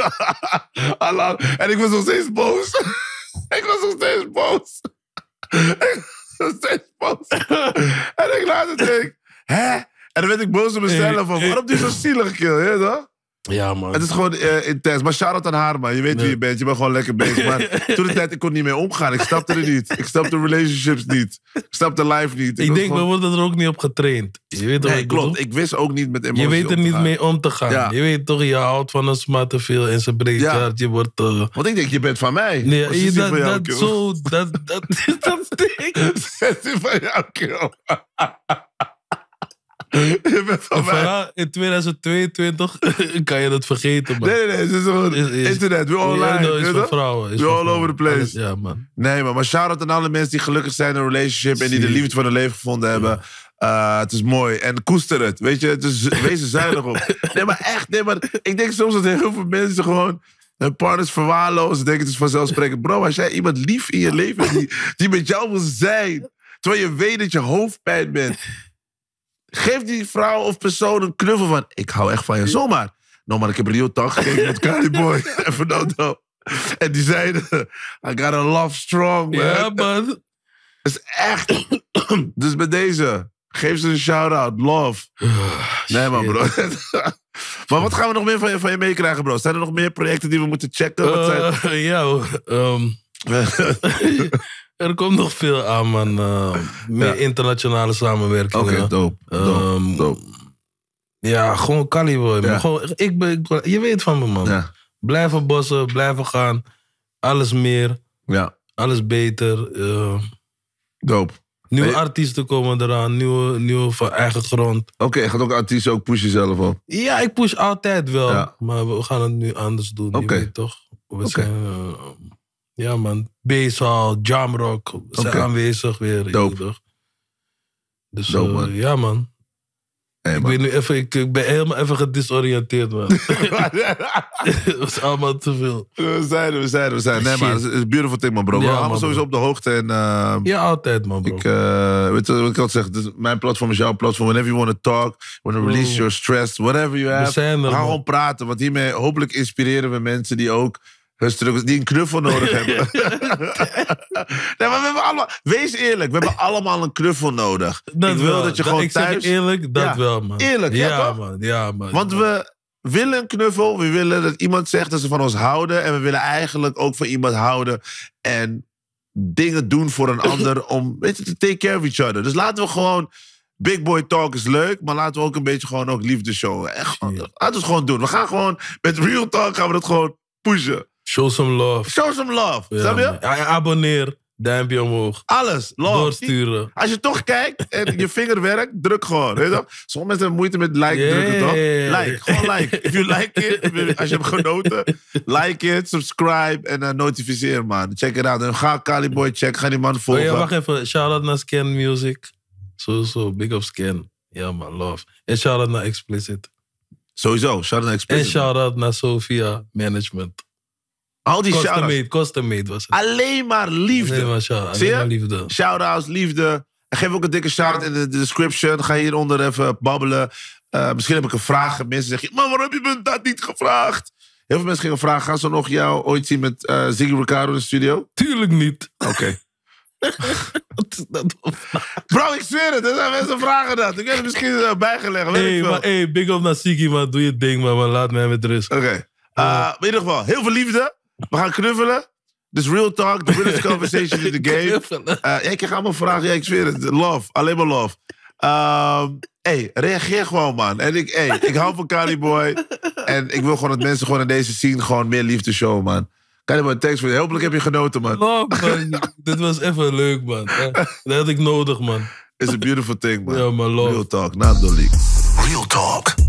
H: Al lang. en ik was nog steeds boos. ik was nog steeds boos. ik was nog steeds boos. en ik later denk, hè? En dan werd ik boos op
B: Eh,
H: mezelf. Van, waarom doe je zo zielig, kill? Je weet toch?
B: Ja, man.
H: Het is gewoon eh, intens. Maar shout-out aan haar, man. Je weet wie je bent. Je bent gewoon lekker bezig. Maar toen de tijd, ik kon niet mee omgaan. Ik snapte er niet. Ik snapte relationships niet. Ik snapte life niet.
B: Ik
H: was
B: denk, we
H: gewoon...
B: worden er ook niet op getraind. Je weet
H: Nee,
B: toch wat ik bedoel?
H: klopt. Ik wist ook niet met emoties
B: Je weet
H: om
B: er
H: te
B: niet
H: gaan.
B: mee om te gaan.
H: Ja.
B: Je weet toch, je houdt van een smaak te veel en ze breekt
H: Ja.
B: je hart. Je wordt... eh,
H: Want ik denk, je bent van mij.
B: Nee,
H: Wat is die
B: dat,
H: van jou,
B: dat,
H: kerel?
B: zo, dat, dat, dat stinkt.
H: Wat is die van jou, kerel? je bent van mij.
B: Vooral in 2022 kan je dat vergeten, man.
H: Nee, nee, nee. Het is gewoon
B: Is- is-
H: internet. We're
B: Ja,
H: online.
B: no,
H: weet
B: is
H: je
B: voor
H: toch?
B: vrouwen. Is
H: You're
B: voor
H: all over
B: vrouwen.
H: the place.
B: Ja, man.
H: Nee, man. Maar shout-out aan alle mensen die gelukkig zijn in een relationship... en die de
B: Zie.
H: liefde van hun leven gevonden hebben. Eh, het is mooi. En koester het. Weet je, het is, wees er zuinig op. Nee, maar echt. Nee, maar ik denk soms dat heel veel mensen gewoon... Hun partners verwaarlozen. Ze denken het is vanzelfsprekend. Bro, als jij iemand lief in je leven hebt die, die met jou wil zijn... terwijl je weet dat je hoofdpijn bent... Geef die vrouw of persoon een knuffel van... Ik hou echt van je. Zomaar. Nou, maar ik heb Rio Tag gekeken met Cali Boy en Fernando. En die zeiden... I gotta love strong, man.
B: Ja, man.
H: Dat is echt... dus met deze... Geef ze een shout-out. Love.
B: Ah,
H: Nee, man, bro. maar wat gaan we nog meer van je, van je meekrijgen, bro? Zijn er nog meer projecten die we moeten checken? Wat zijn...
B: Eh, ja, hoor. Ehm, Eh. er komt nog veel aan, man. Eh, meer
H: Ja.
B: internationale samenwerkingen.
H: Oké, dope. dope.
B: Ehm,
H: dope.
B: Ja, gewoon Cali, boy.
H: Ja.
B: Maar gewoon, ik ben, ik- je weet van me, man.
H: Ja.
B: Blijven bossen, blijven gaan. Alles meer,
H: ja,
B: alles beter. eh.
H: dope.
B: Nieuwe
H: Hey.
B: artiesten komen eraan, nieuwe, nieuwe van eigen grond.
H: Oké, gaat ook artiesten ook pushen zelf op.
B: Ja, ik push altijd wel,
H: Ja.
B: maar we gaan het nu anders doen.
H: Oké.
B: Oké. toch? We
H: Oké.
B: zijn, eh, ja man, Basehall, Jamrock, we zijn
H: Oké.
B: aanwezig weer. je
H: Dope.
B: weet toch? Dus
H: Dope,
B: eh,
H: man.
B: ja man,
H: Hey,
B: ik,
H: man.
B: ben nu even, ik, ik ben helemaal even gedisoriënteerd man. Het was allemaal te veel.
H: We zijn er, we zijn er, we zijn er. Nee,
B: Shit.
H: maar het is- het is een beautiful thing, man, bro.
B: Ja,
H: we houden
B: man,
H: sowieso
B: bro.
H: op de hoogte. En eh,
B: Ja, altijd man bro.
H: ik, eh, weet je wat ik altijd zeg? Dit is- mijn platform is jouw platform. Whenever you want to talk, want to release
B: Mm.
H: your stress, whatever you have.
B: zijn er,
H: ga
B: man.
H: gewoon praten. Want hiermee, hopelijk inspireren we mensen die ook hun struggles, die een knuffel nodig hebben. nee, maar we hebben allemaal, wees eerlijk, we hebben allemaal een knuffel nodig.
B: dat
H: ik wil dat je gewoon
B: ik
H: thuis...
B: Zeg je eerlijk, dat
H: Ja,
B: wel man.
H: eerlijk, ja,
B: ja,
H: toch?
B: man, ja man.
H: Want we willen een knuffel. We willen dat iemand zegt dat ze van ons houden. En we willen eigenlijk ook van iemand houden. En dingen doen voor een ander om weet je, te take care of each other. Dus laten we gewoon Big Boy Talk is leuk, maar laten we ook een beetje gewoon ook liefde showen. Echt, gewoon,
B: Ja.
H: laten we het gewoon doen. We gaan gewoon met Real Talk gaan we dat gewoon pushen.
B: Show some love.
H: Show some love,
B: Ja,
H: snap je?
B: man. Ja, en abonneer. Duimpje omhoog.
H: Alles, love.
B: Doorsturen.
H: Als je toch kijkt en je vinger werkt, druk gewoon. Weet je toch? Sommige mensen hebben moeite met like
B: Yeah.
H: drukken, toch? Like, gewoon like. If you like it, als je hebt genoten, like it, subscribe en eh, notificeer man. Check it out. En ga Kali Boy check, ga die man
B: Oh
H: volgen.
B: ja, wacht even. Shout-out naar Scan Music. Sowieso, big up Scan. Ja man, love. En shout-out naar Explicit.
H: Sowieso, shout out
B: En
H: Express.
B: shout-out naar Sophia Management.
H: Al die
B: Custom
H: shout-outs.
B: made, custom made was het.
H: Alleen maar liefde.
B: Nee, maar shout
H: Zie je?
B: alleen maar liefde.
H: Shout-outs, liefde. En geef ook een dikke shout-out in de description. Ga hieronder even babbelen. Eh, misschien heb ik een vraag gemist. Dan zeg je, maar waarom heb je me dat niet gevraagd? Heel veel mensen gingen vragen, gaan ze nog jou ooit zien met eh, Ziggy Ricardo in de studio?
B: Tuurlijk niet.
H: Oké.
B: Wat is dat?
H: Bro, ik zweer het. Er zijn mensen vragen dat. Ik heb het misschien eh, bijgelegd, weet
B: Hey,
H: ik veel.
B: maar, eh, hey, big up naar Siki, man. Doe je ding, man. maar Laat mij met rust.
H: Oké. Eh,
B: oh.
H: maar in ieder geval, heel veel liefde. We gaan knuffelen. Dus real talk, the realest conversation in the game. Eh, ja, ik krijg allemaal vragen. Ja, ik zweer het. Love. Alleen maar love. Ehm hey, reageer gewoon, man. En ik, hey, ik hou van Caliboy. En ik wil gewoon dat mensen gewoon in deze scene gewoon meer liefde showen, man. Caliboy, thanks voor je. Hopelijk heb je genoten, man.
B: Love, man. Dit was even leuk, man. Eh, Dat had ik nodig, man.
H: It's a beautiful thing, man.
B: Ja, man, love.
H: Real talk. Nando League.
A: Real Talk.